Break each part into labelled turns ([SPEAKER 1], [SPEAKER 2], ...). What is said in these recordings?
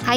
[SPEAKER 1] Hi,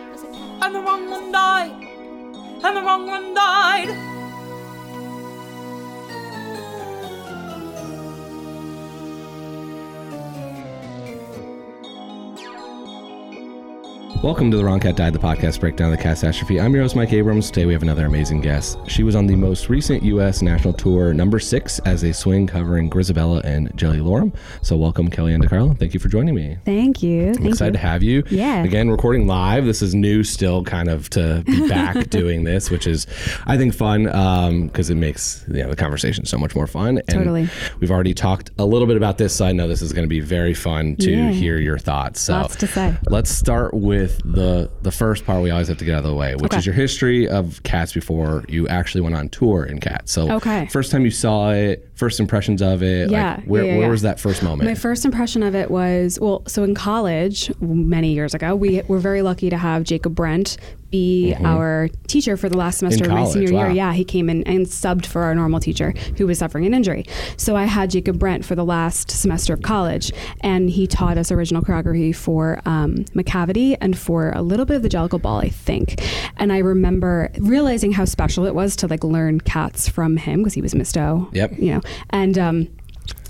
[SPEAKER 2] And the wrong one died. And the wrong one died.
[SPEAKER 3] Welcome to The Wrong Cat Died, the podcast breakdown of the catastrophe. I'm your host, Mike Abrams. Today we have another amazing guest. She was on the most recent U.S. national tour, number six, as a swing covering Grisabella and Jelly Lorem. So welcome, Kellyanne DeCarlo. Thank you for joining me.
[SPEAKER 4] Thank you.
[SPEAKER 3] I'm excited to have you.
[SPEAKER 4] Yeah.
[SPEAKER 3] Again, recording live. This is new still kind of to be back doing this, which is, I think, fun because it makes you know, the conversation so much more fun. And
[SPEAKER 4] Totally.
[SPEAKER 3] We've already talked a little bit about this, so I know this is going to be very fun to
[SPEAKER 4] Yeah.
[SPEAKER 3] hear your thoughts. So
[SPEAKER 4] Lots to say.
[SPEAKER 3] Let's start with the the first part we always have to get out of the way, which
[SPEAKER 4] Okay.
[SPEAKER 3] is your history of Cats before you actually went on tour in Cats. So,
[SPEAKER 4] Okay.
[SPEAKER 3] first time you saw it, first impressions of it.
[SPEAKER 4] Yeah,
[SPEAKER 3] Like, where
[SPEAKER 4] yeah, yeah,
[SPEAKER 3] where
[SPEAKER 4] yeah.
[SPEAKER 3] was that first moment?
[SPEAKER 4] My first impression of it was well, so in college, many years ago, we were very lucky to have Jacob Brent be our teacher for the last semester of my
[SPEAKER 3] Mm-hmm. college,
[SPEAKER 4] senior
[SPEAKER 3] wow.
[SPEAKER 4] year. Yeah, he came in and subbed for our normal teacher who was suffering an injury. So I had Jacob Brent for the last semester of college, and he taught us original choreography for um, McCavity and for a little bit of the Jellicle Ball, I think. And I remember realizing how special it was to like learn cats from him because he was Misto.
[SPEAKER 3] Yep.
[SPEAKER 4] You know, and um,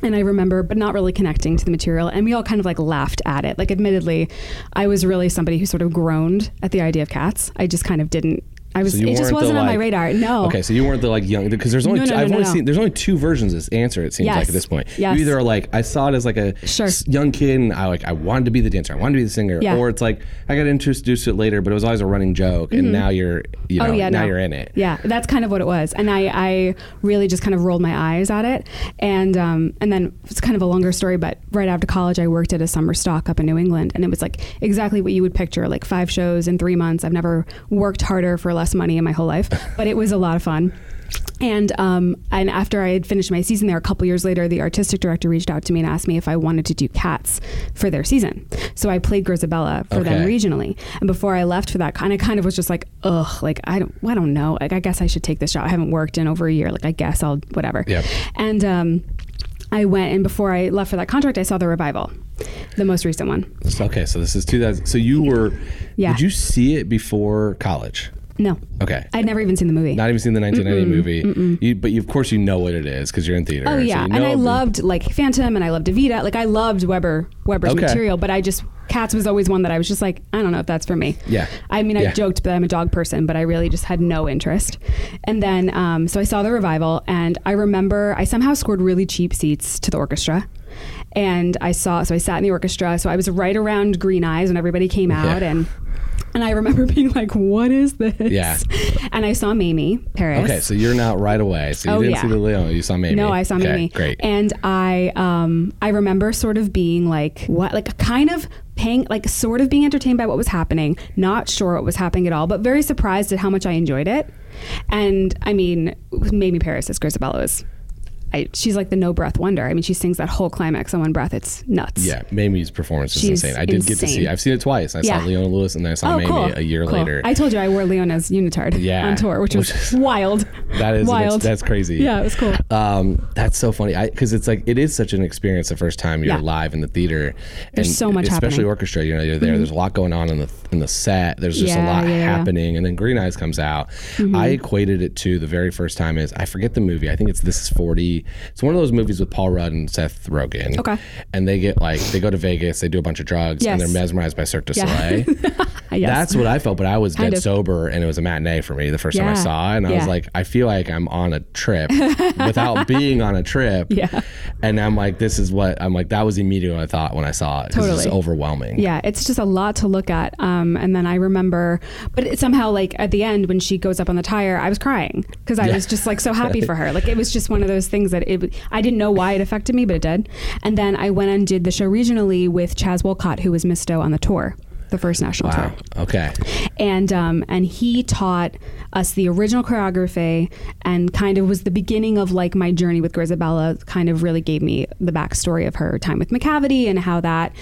[SPEAKER 4] and I remember, but not really connecting to the material. And we all kind of like laughed at it. Like, admittedly, I was really somebody who sort of groaned at the idea of cats. I just kind of didn't. I was.
[SPEAKER 3] So you
[SPEAKER 4] it just
[SPEAKER 3] weren't the,
[SPEAKER 4] wasn't on my
[SPEAKER 3] like-
[SPEAKER 4] radar. No.
[SPEAKER 3] Okay, so you weren't the like young because there's only
[SPEAKER 4] No, no,
[SPEAKER 3] two,
[SPEAKER 4] no,
[SPEAKER 3] I've
[SPEAKER 4] no,
[SPEAKER 3] only
[SPEAKER 4] no.
[SPEAKER 3] seen there's only two versions of this answer. It seems like at
[SPEAKER 4] Yes.
[SPEAKER 3] this point,
[SPEAKER 4] Yes.
[SPEAKER 3] you either are like I saw it as like a
[SPEAKER 4] Sure.
[SPEAKER 3] s- young kid and I like I wanted to be the dancer, I wanted to be the singer,
[SPEAKER 4] Yeah.
[SPEAKER 3] or it's like I got introduced to it later, but it was always a running joke, and now you're you know
[SPEAKER 4] Mm-hmm. oh yeah.
[SPEAKER 3] now
[SPEAKER 4] no.
[SPEAKER 3] you're in it.
[SPEAKER 4] Yeah, that's kind of what it was. And I, I really just kind of rolled my eyes at it. And um, and then it's kind of a longer story, but right after college, I worked at a summer stock up in New England, and it was like exactly what you would picture, like five shows in three months. I've never worked harder for less money in my whole life, but it was a lot of fun. And um, and after I had finished my season there, a couple years later, the artistic director reached out to me and asked me if I wanted to do Cats for their season. So I played Grisabella for them
[SPEAKER 3] Okay.
[SPEAKER 4] regionally. And before I left for that, kind of, kind of was just like, ugh, like I don't, I don't know. Like I guess I should take this job. I haven't worked in over a year. Like I guess I'll whatever.
[SPEAKER 3] Yep.
[SPEAKER 4] And um, I went and before I left for that contract, I saw the revival, the most recent one.
[SPEAKER 3] Okay, so this is 2000. So you were,
[SPEAKER 4] Yeah.
[SPEAKER 3] did you see it before college?
[SPEAKER 4] No,
[SPEAKER 3] Okay.
[SPEAKER 4] I'd never even seen the movie.
[SPEAKER 3] Not even seen the 1990 movie, you, but you, of course you know what it is because you're in theater.
[SPEAKER 4] Oh
[SPEAKER 3] so
[SPEAKER 4] yeah,
[SPEAKER 3] you know
[SPEAKER 4] and I
[SPEAKER 3] of the-
[SPEAKER 4] loved like Phantom, and I loved Evita. Like I loved Weber Weber's
[SPEAKER 3] Okay.
[SPEAKER 4] material, but I just Cats was always one that I was just like, I don't know if that's for me.
[SPEAKER 3] Yeah.
[SPEAKER 4] I mean,
[SPEAKER 3] Yeah.
[SPEAKER 4] I joked that I'm a dog person, but I really just had no interest. And then, um, so I saw the revival, and I remember I somehow scored really cheap seats to the orchestra. And I saw, so I sat in the orchestra. So I was right around Green Eyes when everybody came out, and and I remember being like, "What is this?"
[SPEAKER 3] Yeah.
[SPEAKER 4] And I saw Mamie Paris.
[SPEAKER 3] Okay, so you're not right away. So you
[SPEAKER 4] Oh,
[SPEAKER 3] didn't
[SPEAKER 4] yeah.
[SPEAKER 3] see the Leon. You saw Mamie.
[SPEAKER 4] No, I saw
[SPEAKER 3] okay,
[SPEAKER 4] Mimi.
[SPEAKER 3] Great.
[SPEAKER 4] And I um I remember sort of being like what like kind of paying like sort of being entertained by what was happening, not sure what was happening at all, but very surprised at how much I enjoyed it. And I mean, Mamie Paris as Grisabella was I, she's like the no breath wonder. I mean, she sings that whole climax on one breath. It's nuts.
[SPEAKER 5] Yeah, Mamie's performance is
[SPEAKER 4] She's
[SPEAKER 5] insane. I did get to see.
[SPEAKER 4] insane.
[SPEAKER 5] I've seen it twice. I
[SPEAKER 4] Yeah. Oh,
[SPEAKER 5] saw Leona Lewis and then I saw Mamie a year
[SPEAKER 4] cool.
[SPEAKER 5] later.
[SPEAKER 4] I told you I wore Leona's unitard
[SPEAKER 5] Yeah.
[SPEAKER 4] on tour, which was wild.
[SPEAKER 5] That is
[SPEAKER 4] wild.
[SPEAKER 5] That's, that's crazy.
[SPEAKER 4] Yeah, it was cool.
[SPEAKER 5] Um, that's so funny because it's like it is such an experience the first time you're
[SPEAKER 4] Yeah.
[SPEAKER 5] live in the theater.
[SPEAKER 4] There's so much
[SPEAKER 5] especially
[SPEAKER 4] happening.
[SPEAKER 5] orchestra. You know, you're there.
[SPEAKER 4] Mhm.
[SPEAKER 5] There's a lot going on in the in the set. There's just a
[SPEAKER 4] Yeah,
[SPEAKER 5] lot
[SPEAKER 4] yeah, yeah.
[SPEAKER 5] happening, and then Green Eyes comes out.
[SPEAKER 4] Mhm.
[SPEAKER 5] I equated it to the very first time is I forget the movie. I think it's This Is Forty. It's one of those movies with Paul Rudd and Seth Rogen.
[SPEAKER 4] Okay.
[SPEAKER 5] and they get like they go to Vegas. They do a bunch of drugs, and
[SPEAKER 4] Yes.
[SPEAKER 5] they're mesmerized by Cirque du
[SPEAKER 4] Yeah.
[SPEAKER 5] Soleil.
[SPEAKER 4] Yes.
[SPEAKER 5] That's what I felt, but I was
[SPEAKER 4] Kind
[SPEAKER 5] dead
[SPEAKER 4] of.
[SPEAKER 5] sober, and it was a matinee for me the first time I
[SPEAKER 4] Yeah.
[SPEAKER 5] saw it, and I was
[SPEAKER 4] Yeah.
[SPEAKER 5] like, I feel like I'm on a trip without being on a trip.
[SPEAKER 4] Yeah.
[SPEAKER 5] And I'm like, this is what I'm like. That was immediately what I thought when I saw it. 'cause It's
[SPEAKER 4] Totally.
[SPEAKER 5] overwhelming.
[SPEAKER 4] Yeah, it's just a lot to look at. Um, and then I remember, but it, somehow, like at the end when she goes up on the tire, I was crying because I
[SPEAKER 5] Yeah.
[SPEAKER 4] was just like so happy for her. Like it was just one of those things that it. I didn't know why it affected me, but it did. And then I went and did the show regionally with Chaz Wolcott, who was Miss Doe on the tour, the first national tour
[SPEAKER 5] Wow. Okay.
[SPEAKER 4] and um, and he taught us the original choreography and kind of was the beginning of like my journey with Grisabella. Kind of really gave me the backstory of her time with McCavity and how that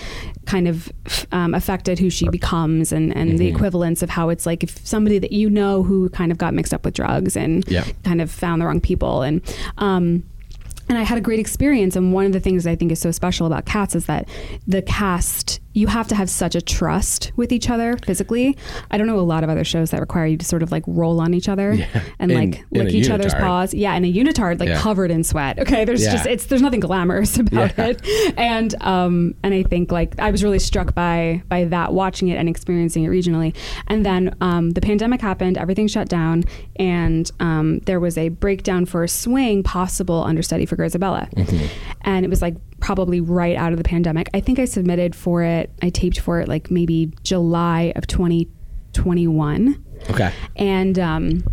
[SPEAKER 4] kind of um, affected who she becomes and and the
[SPEAKER 5] Mhm.
[SPEAKER 4] equivalence of how it's like if somebody that you know who kind of got mixed up with drugs and
[SPEAKER 5] Yeah.
[SPEAKER 4] kind of found the wrong people and. Um, and I had a great experience. And one of the things I think is so special about Cats is that the cast, you have to have such a trust with each other physically. I don't know a lot of other shows that require you to sort of like roll on each other and
[SPEAKER 5] In-
[SPEAKER 4] like
[SPEAKER 5] in
[SPEAKER 4] lick
[SPEAKER 5] a
[SPEAKER 4] each other's
[SPEAKER 5] unitard.
[SPEAKER 4] paws. Yeah, in a unitard, like
[SPEAKER 5] Yeah.
[SPEAKER 4] covered in sweat. Okay, there's
[SPEAKER 5] Yeah.
[SPEAKER 4] just it's there's nothing glamorous about
[SPEAKER 5] Yeah.
[SPEAKER 4] it. And um and I think like I was really struck by by that watching it and experiencing it regionally. And then um the pandemic happened, everything shut down, and um there was a breakdown for a swing possible understudy for Grisabella
[SPEAKER 5] Mm-hmm.
[SPEAKER 4] and it was like probably right out of the pandemic. I think I submitted for it, I taped for it like maybe July of 2021.
[SPEAKER 5] Okay.
[SPEAKER 4] And um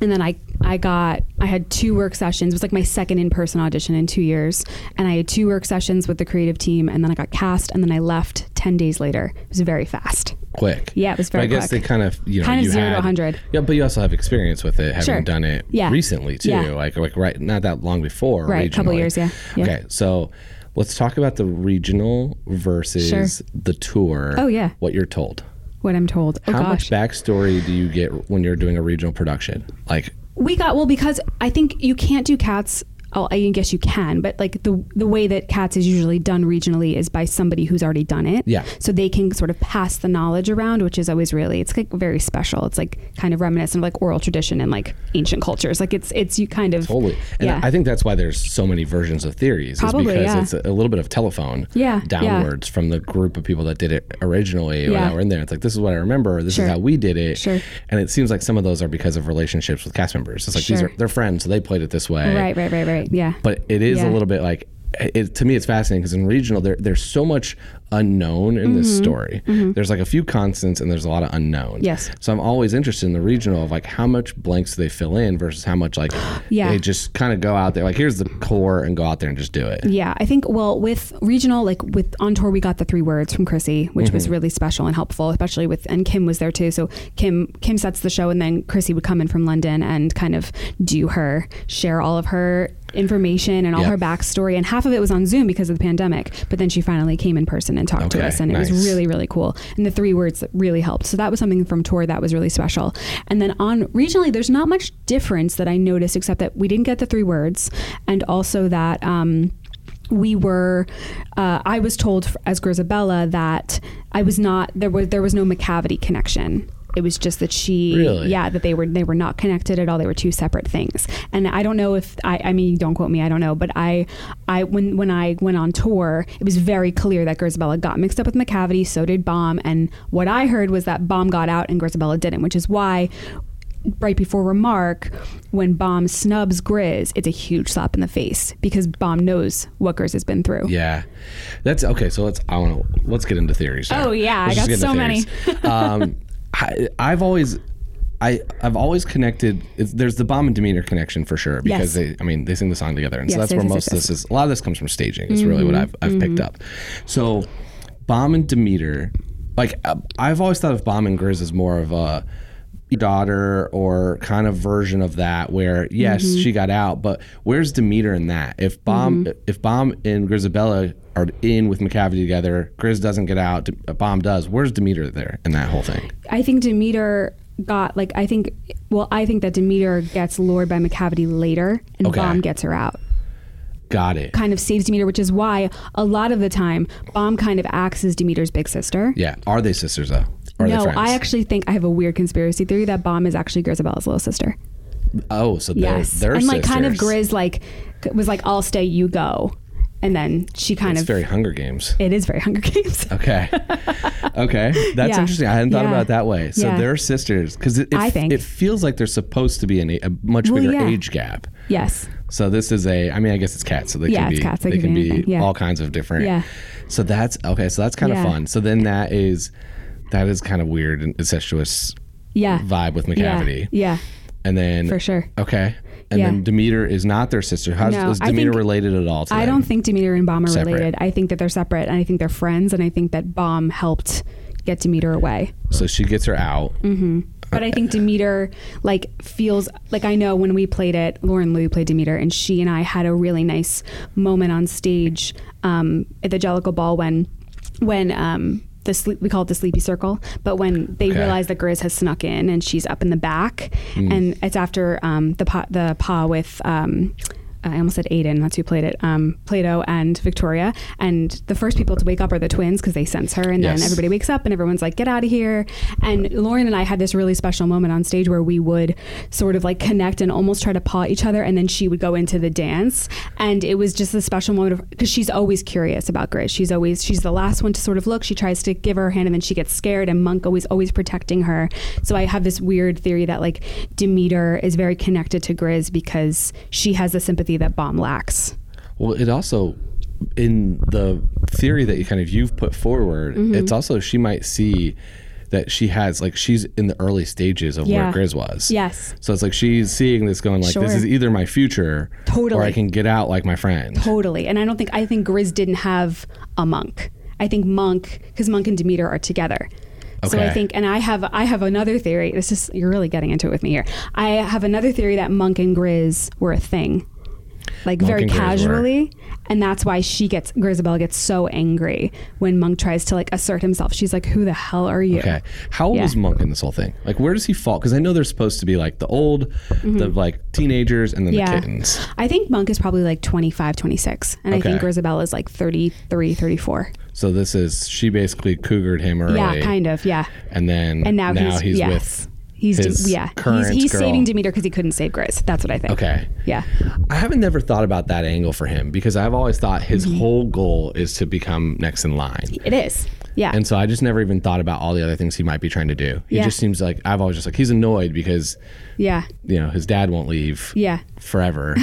[SPEAKER 4] and then I I got I had two work sessions. It was like my second in-person audition in 2 years, and I had two work sessions with the creative team and then I got cast and then I left 10 days later. It was very fast.
[SPEAKER 5] Quick.
[SPEAKER 4] Yeah, it was
[SPEAKER 5] But
[SPEAKER 4] very
[SPEAKER 5] I guess
[SPEAKER 4] quick.
[SPEAKER 5] they kind of you know
[SPEAKER 4] Kind of
[SPEAKER 5] you
[SPEAKER 4] zero to
[SPEAKER 5] had,
[SPEAKER 4] 100.
[SPEAKER 5] Yeah, but you also have experience with it, having
[SPEAKER 4] Sure.
[SPEAKER 5] done it
[SPEAKER 4] Yeah.
[SPEAKER 5] recently too.
[SPEAKER 4] Yeah.
[SPEAKER 5] Like like right not that long before.
[SPEAKER 4] Right, couple
[SPEAKER 5] regionally.
[SPEAKER 4] years, yeah. Yeah.
[SPEAKER 5] Okay, so. Let's talk about the regional versus
[SPEAKER 4] Sure.
[SPEAKER 5] the tour.
[SPEAKER 4] Oh, yeah.
[SPEAKER 5] What you're told.
[SPEAKER 4] What I'm told. Oh
[SPEAKER 5] How much
[SPEAKER 4] gosh.
[SPEAKER 5] backstory do you get when you're doing a regional production? Like,
[SPEAKER 4] We got well because I think you can't do cats. Oh, I guess you can, but like the the way that cats is usually done regionally is by somebody who's already done it.
[SPEAKER 5] Yeah.
[SPEAKER 4] So they can sort of pass the knowledge around, which is always really it's like very special. It's like kind of reminiscent of like oral tradition and like ancient cultures. Like it's it's you kind of
[SPEAKER 5] Totally. And
[SPEAKER 4] yeah.
[SPEAKER 5] I think that's why there's so many versions of theories
[SPEAKER 4] Probably,
[SPEAKER 5] is because
[SPEAKER 4] yeah.
[SPEAKER 5] it's a little bit of telephone
[SPEAKER 4] Yeah, yeah.
[SPEAKER 5] downwards from the group of people that did it originally or
[SPEAKER 4] Yeah.
[SPEAKER 5] that were in there. It's like, this is what I remember. This
[SPEAKER 4] Sure.
[SPEAKER 5] is how we did it.
[SPEAKER 4] Sure.
[SPEAKER 5] And it seems like some of those are because of relationships with cast members. It's like, these
[SPEAKER 4] Sure.
[SPEAKER 5] are, they're friends, so they played it this way.
[SPEAKER 4] right, right, right, right. Yeah.
[SPEAKER 5] But it is
[SPEAKER 4] Yeah.
[SPEAKER 5] a little bit like, it, to me, it's fascinating because in regional, there, there's so much unknown in this
[SPEAKER 4] Mhm.
[SPEAKER 5] story.
[SPEAKER 4] Mhm.
[SPEAKER 5] There's like a few constants and there's a lot of unknown.
[SPEAKER 4] Yes.
[SPEAKER 5] So I'm always interested in the regional of like how much blanks do they fill in versus how much like
[SPEAKER 4] Yeah.
[SPEAKER 5] they just kind of go out there like here's the core and go out there and just do it.
[SPEAKER 4] Yeah, I think well with regional like with on tour we got the three words from Chrissy, which was
[SPEAKER 5] Mhm.
[SPEAKER 4] really special and helpful, especially with and Kim was there too. So Kim Kim sets the show, and then Chrissy would come in from London and kind of do her share all of her information and all
[SPEAKER 5] Yeah.
[SPEAKER 4] her backstory, and half of it was on Zoom because of the pandemic. But then she finally came in person and talked to
[SPEAKER 5] Okay,
[SPEAKER 4] us, and it
[SPEAKER 5] nice.
[SPEAKER 4] was really really cool. And the three words that really helped. So that was something from tour that was really special. And then on regionally, there's not much difference that I noticed except that we didn't get the three words, and also that. Um, we were uh, i was told f- as grisabella that i was not there was there was no mccavity connection it was just that she
[SPEAKER 5] Really?
[SPEAKER 4] yeah uh, that they were they were not connected at all they were two separate things and i don't know if i i mean don't quote me i don't know but i i when when i went on tour it was very clear that grisabella got mixed up with mccavity so did bomb and what i heard was that bomb got out and grisabella didn't which is why right before remark when bomb snubs grizz it's a huge slap in the face because bomb knows what grizz has been through
[SPEAKER 5] Yeah. That's okay, so let's I want to let's get into theories. now.
[SPEAKER 4] Oh, yeah,
[SPEAKER 5] Let's
[SPEAKER 4] I
[SPEAKER 5] just
[SPEAKER 4] got
[SPEAKER 5] get into
[SPEAKER 4] so
[SPEAKER 5] theories. um I, I've always I, I've always connected. It's, there's the bomb and demeanor connection for sure because
[SPEAKER 6] Yes.
[SPEAKER 5] they, I mean, they sing the song together, and so
[SPEAKER 6] Yes,
[SPEAKER 5] that's
[SPEAKER 6] yes,
[SPEAKER 5] where
[SPEAKER 6] yes,
[SPEAKER 5] most
[SPEAKER 6] yes,
[SPEAKER 5] of this is. A lot of this comes from staging. Is really what
[SPEAKER 6] Mhm,
[SPEAKER 4] Mm-hmm.
[SPEAKER 5] I've, I've picked
[SPEAKER 6] mhm.
[SPEAKER 5] up. So, bomb and demeanor, like uh, I've always thought of bomb and Grizz as more of a daughter or kind of version of that where yes
[SPEAKER 4] Mm-hmm.
[SPEAKER 6] Mhm.
[SPEAKER 5] she got out but where's demeter in that if bomb
[SPEAKER 6] Mhm.
[SPEAKER 5] if bomb and grisabella are in with mccavity together grizz doesn't get out D- bomb does where's demeter there in that whole thing
[SPEAKER 4] I think Demeter got like I think well I think that Demeter gets lured by McCavity later and
[SPEAKER 5] Okay.
[SPEAKER 4] Bomb gets her out.
[SPEAKER 5] got it
[SPEAKER 4] Kind of saves Demeter, which is why a lot of the time Bomb kind of acts as Demeter's big sister.
[SPEAKER 5] yeah are they sisters though or are
[SPEAKER 4] no,
[SPEAKER 5] they friends
[SPEAKER 4] I actually think I have a weird conspiracy theory that Bomb is actually Grisabella's little sister.
[SPEAKER 5] oh so they're,
[SPEAKER 4] yes,
[SPEAKER 5] they're
[SPEAKER 4] and like kind of
[SPEAKER 5] sisters.
[SPEAKER 4] Grizz like c- was like I'll stay, you go, and then she kind
[SPEAKER 5] it's
[SPEAKER 4] of
[SPEAKER 5] very Uh, hunger games
[SPEAKER 4] it is very Hunger Games.
[SPEAKER 5] Okay. Okay. That's
[SPEAKER 4] Yeah.
[SPEAKER 5] interesting. I hadn't thought
[SPEAKER 4] Yeah.
[SPEAKER 5] about it that way. So
[SPEAKER 4] Yeah.
[SPEAKER 5] they're sisters because it, it,
[SPEAKER 4] I
[SPEAKER 5] f-
[SPEAKER 4] think.
[SPEAKER 5] it feels like there's supposed to be an, a a much
[SPEAKER 4] Well,
[SPEAKER 5] bigger
[SPEAKER 4] yeah.
[SPEAKER 5] age gap.
[SPEAKER 4] Yes,
[SPEAKER 5] So this is a, I mean, I guess it's cats. So they
[SPEAKER 4] Yeah,
[SPEAKER 5] can
[SPEAKER 4] it's
[SPEAKER 5] be,
[SPEAKER 4] cats.
[SPEAKER 5] They,
[SPEAKER 4] They
[SPEAKER 5] can,
[SPEAKER 4] can be
[SPEAKER 5] be
[SPEAKER 4] anything. Yeah.
[SPEAKER 5] all kinds of different.
[SPEAKER 4] Yeah.
[SPEAKER 5] So that's, okay. So that's kind
[SPEAKER 4] Yeah.
[SPEAKER 5] of fun. So then that is, that is kind of weird and incestuous
[SPEAKER 4] yeah,
[SPEAKER 5] vibe with
[SPEAKER 4] Yeah.
[SPEAKER 5] McCavity.
[SPEAKER 4] yeah.
[SPEAKER 5] And then.
[SPEAKER 4] For sure.
[SPEAKER 5] Okay. And
[SPEAKER 4] Yeah.
[SPEAKER 5] then Demeter is not their sister. How's
[SPEAKER 4] No,
[SPEAKER 5] is
[SPEAKER 4] I
[SPEAKER 5] Demeter
[SPEAKER 4] think-
[SPEAKER 5] related at all to
[SPEAKER 4] I
[SPEAKER 5] them?
[SPEAKER 4] don't think Demeter and Bomb are
[SPEAKER 5] Separate.
[SPEAKER 4] related. I think that they're separate, and I think they're friends, and I think that Bomb helped get Demeter away.
[SPEAKER 5] So she gets her out.
[SPEAKER 4] hmm But I think Demeter like feels like I know when we played it, Lauren Lou played Demeter, and she and I had a really nice moment on stage um, at the Jellicle Ball when when. Um, the sleep, we call it the sleepy circle, but when they
[SPEAKER 7] Okay.
[SPEAKER 4] realize that Grizz has snuck in and she's up in the back,
[SPEAKER 7] Mm.
[SPEAKER 4] and it's after um, the pa, the pa with um, I almost said Aiden, that's who played it, um, Plato and Victoria, and the first people to wake up are the twins because they sense her, and
[SPEAKER 7] Yes.
[SPEAKER 4] then everybody wakes up and everyone's like, get out of here. And Lauren and I had this really special moment on stage where we would sort of like connect and almost try to paw each other. And then she would go into the dance. And it was just a special moment because she's always curious about Grace. She's always, she's the last one to sort of look. She tries to give her a hand and then she gets scared. And Monk always, always protecting her. So I have this weird theory that like Demeter is very connected to Grizz because she has the sympathy that Bomb lacks.
[SPEAKER 5] Well, it also in the theory that you kind of you've put forward,
[SPEAKER 4] Mhm.
[SPEAKER 5] it's also she might see that she has like she's in the early stages of
[SPEAKER 4] Yeah.
[SPEAKER 5] where Grizz was.
[SPEAKER 4] Yes.
[SPEAKER 5] So it's like she's seeing this going like this
[SPEAKER 4] Sure.
[SPEAKER 5] is either my future or I
[SPEAKER 4] Totally.
[SPEAKER 5] can get out like my friend.
[SPEAKER 4] Totally. And I don't think I think Grizz didn't have a monk. I think Monk because Monk and Demeter are together. So I
[SPEAKER 7] Okay.
[SPEAKER 4] think and I have I have another theory. This is you're really getting into it with me here. I have another theory that Monk and Grizz were a thing. Like
[SPEAKER 7] Monk
[SPEAKER 4] very
[SPEAKER 7] and Grizz were.
[SPEAKER 4] casually. And that's why she gets Grisabelle gets so angry when Monk tries to like assert himself. She's like, Who the hell are you?
[SPEAKER 5] Okay. How old
[SPEAKER 4] Yeah.
[SPEAKER 5] was Monk in this whole thing? Like where does he fall? Because I know there's supposed to be like the old, the
[SPEAKER 4] Mhm.
[SPEAKER 5] like teenagers and then
[SPEAKER 4] Yeah.
[SPEAKER 5] the kittens.
[SPEAKER 4] I think Monk is probably like 25, 26. And I
[SPEAKER 5] Okay.
[SPEAKER 4] think Grisabelle is like 33, 34.
[SPEAKER 5] So this is she basically cougared him early.
[SPEAKER 4] Yeah, kind of. Yeah.
[SPEAKER 5] And then
[SPEAKER 4] and now, he's,
[SPEAKER 5] he's
[SPEAKER 4] yes.
[SPEAKER 5] with
[SPEAKER 4] he's
[SPEAKER 5] his
[SPEAKER 4] yeah
[SPEAKER 5] current
[SPEAKER 4] he's, he's
[SPEAKER 5] girl.
[SPEAKER 4] saving Demeter because he couldn't save Grace. That's what I think.
[SPEAKER 5] Okay.
[SPEAKER 4] Yeah.
[SPEAKER 5] I haven't never thought about that angle for him because I've always thought his
[SPEAKER 4] Mhm.
[SPEAKER 5] whole goal is to become next in line.
[SPEAKER 4] It is. Yeah.
[SPEAKER 5] And so I just never even thought about all the other things he might be trying to do. He
[SPEAKER 4] Yeah.
[SPEAKER 5] just seems like I've always just like he's annoyed because
[SPEAKER 4] yeah.
[SPEAKER 5] you know his dad won't leave
[SPEAKER 4] Yeah.
[SPEAKER 5] forever,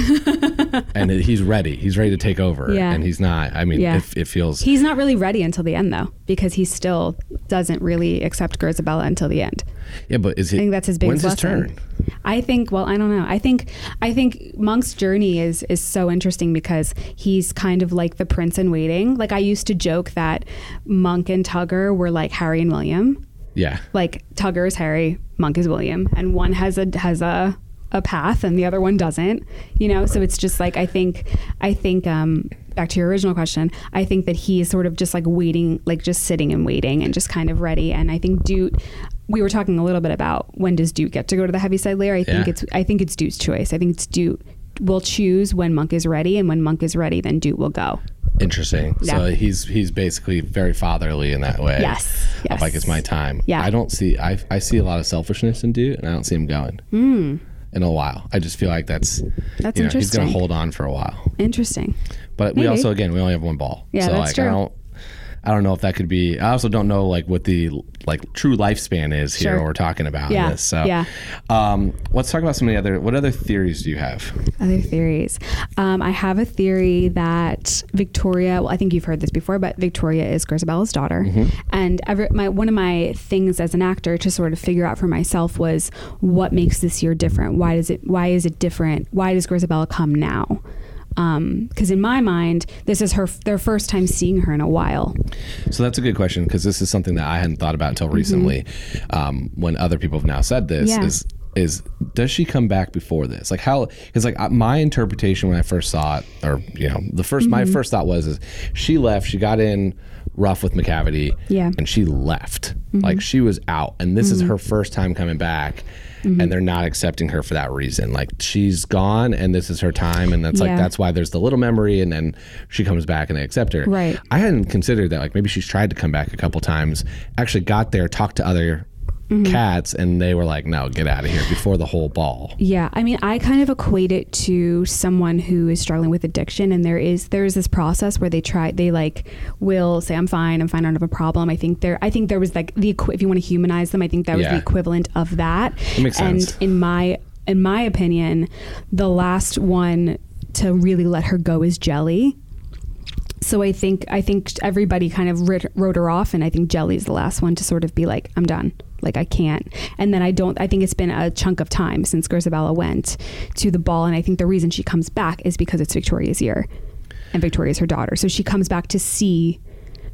[SPEAKER 5] and he's ready. He's ready to take over,
[SPEAKER 4] Yeah.
[SPEAKER 5] and he's not. I mean,
[SPEAKER 4] Yeah.
[SPEAKER 5] if it, feels
[SPEAKER 4] He's not really ready until the end though, because he still doesn't really accept Grisabella until the end.
[SPEAKER 5] yeah, but is
[SPEAKER 4] I
[SPEAKER 5] it?
[SPEAKER 4] think that's his biggest
[SPEAKER 5] When's
[SPEAKER 4] lesson.
[SPEAKER 5] his turn?
[SPEAKER 4] I think. Well, I don't know. I think. I think Monk's journey is is so interesting because he's kind of like the prince in waiting. Like I used to joke that Monk and Tugger were like Harry and William.
[SPEAKER 5] Yeah.
[SPEAKER 4] like Tugger is Harry, Monk is William, and one has a has a a path and the other one doesn't. You know, so it's just like I think I think um back to your original question, I think that he is sort of just like waiting, like just sitting and waiting and just kind of ready. And I think Dude we were talking a little bit about when does Dude get to go to the heaviside layer? I think
[SPEAKER 7] Yeah.
[SPEAKER 4] it's I think it's Dude's choice. I think it's Dude will choose when Monk is ready and when Monk is ready then Dude will go.
[SPEAKER 5] Interesting. So
[SPEAKER 4] Yeah.
[SPEAKER 5] he's he's basically very fatherly in that way.
[SPEAKER 4] Yes,
[SPEAKER 5] Of like it's my time.
[SPEAKER 4] Yeah.
[SPEAKER 5] I don't see. I I see a lot of selfishness in dude, and I don't see him going
[SPEAKER 4] Hmm.
[SPEAKER 5] in a while. I just feel like that's
[SPEAKER 4] That's
[SPEAKER 5] you know, He's going
[SPEAKER 4] interesting.
[SPEAKER 5] to hold on for a while.
[SPEAKER 4] Interesting.
[SPEAKER 5] But we
[SPEAKER 4] Maybe.
[SPEAKER 5] also again we only have one ball.
[SPEAKER 4] Yeah,
[SPEAKER 5] so
[SPEAKER 4] that's
[SPEAKER 5] like
[SPEAKER 4] true.
[SPEAKER 5] I don't I don't know if that could be. I also don't know like what the like true lifespan is here.
[SPEAKER 4] Sure.
[SPEAKER 5] What we're talking about
[SPEAKER 4] Yeah,
[SPEAKER 5] in this. So
[SPEAKER 4] yeah.
[SPEAKER 5] um, let's talk about some of the other. What other theories do you have?
[SPEAKER 4] Other theories. Um, I have a theory that Victoria. Well, I think you've heard this before, but Victoria is Grisabella's daughter,
[SPEAKER 7] Mhm.
[SPEAKER 4] and every, my one of my things as an actor to sort of figure out for myself was what makes this year different. Why does it? Why is it different? Why does Grisabella come now? because in my mind, this is her their first time seeing her in a while.
[SPEAKER 5] So that's a good question because this is something that I hadn't thought about until recently. Um, when other people have now said this
[SPEAKER 4] Mm-hmm. Yeah.
[SPEAKER 5] is is does she come back before this? Like how? Because like I- my interpretation when I first saw it, or you know, the 1st my
[SPEAKER 4] Mhm.
[SPEAKER 5] first thought was is she left, she got in rough with McCavity,
[SPEAKER 4] Yeah.
[SPEAKER 5] and she left.
[SPEAKER 4] Mhm.
[SPEAKER 5] Like she was out, and this is
[SPEAKER 4] Mhm.
[SPEAKER 5] her first time coming back.
[SPEAKER 4] Mhm.
[SPEAKER 5] And they're not accepting her for that reason. Like she's gone, and this is her time, and that's like
[SPEAKER 4] Yeah.
[SPEAKER 5] that's why there's the little memory, and then she comes back and they accept her.
[SPEAKER 4] Right.
[SPEAKER 5] I hadn't considered that. Like maybe she's tried to come back a couple times, actually got there, talked to other
[SPEAKER 4] Mhm.
[SPEAKER 5] cats, and they were like, no, get out of here before the whole ball.
[SPEAKER 4] Yeah, I mean, I kind of equate it to someone who is struggling with addiction, and there is there is this process where they try, they like will say, "I'm fine, I'm fine, I don't have a problem." I think there, I think there was like the equi- if you want to humanize them, I think that was
[SPEAKER 5] Yeah.
[SPEAKER 4] the equivalent of that.
[SPEAKER 5] That makes
[SPEAKER 4] and
[SPEAKER 5] sense.
[SPEAKER 4] in my in my opinion, the last one to really let her go is Jelly. So I think I think everybody kind of writ, wrote her off, and I think Jelly's the last one to sort of be like, "I'm done, like I can't." And then I don't. I think it's been a chunk of time since Grisabella went to the ball, and I think the reason she comes back is because it's Victoria's year, and Victoria's her daughter, so she comes back to see.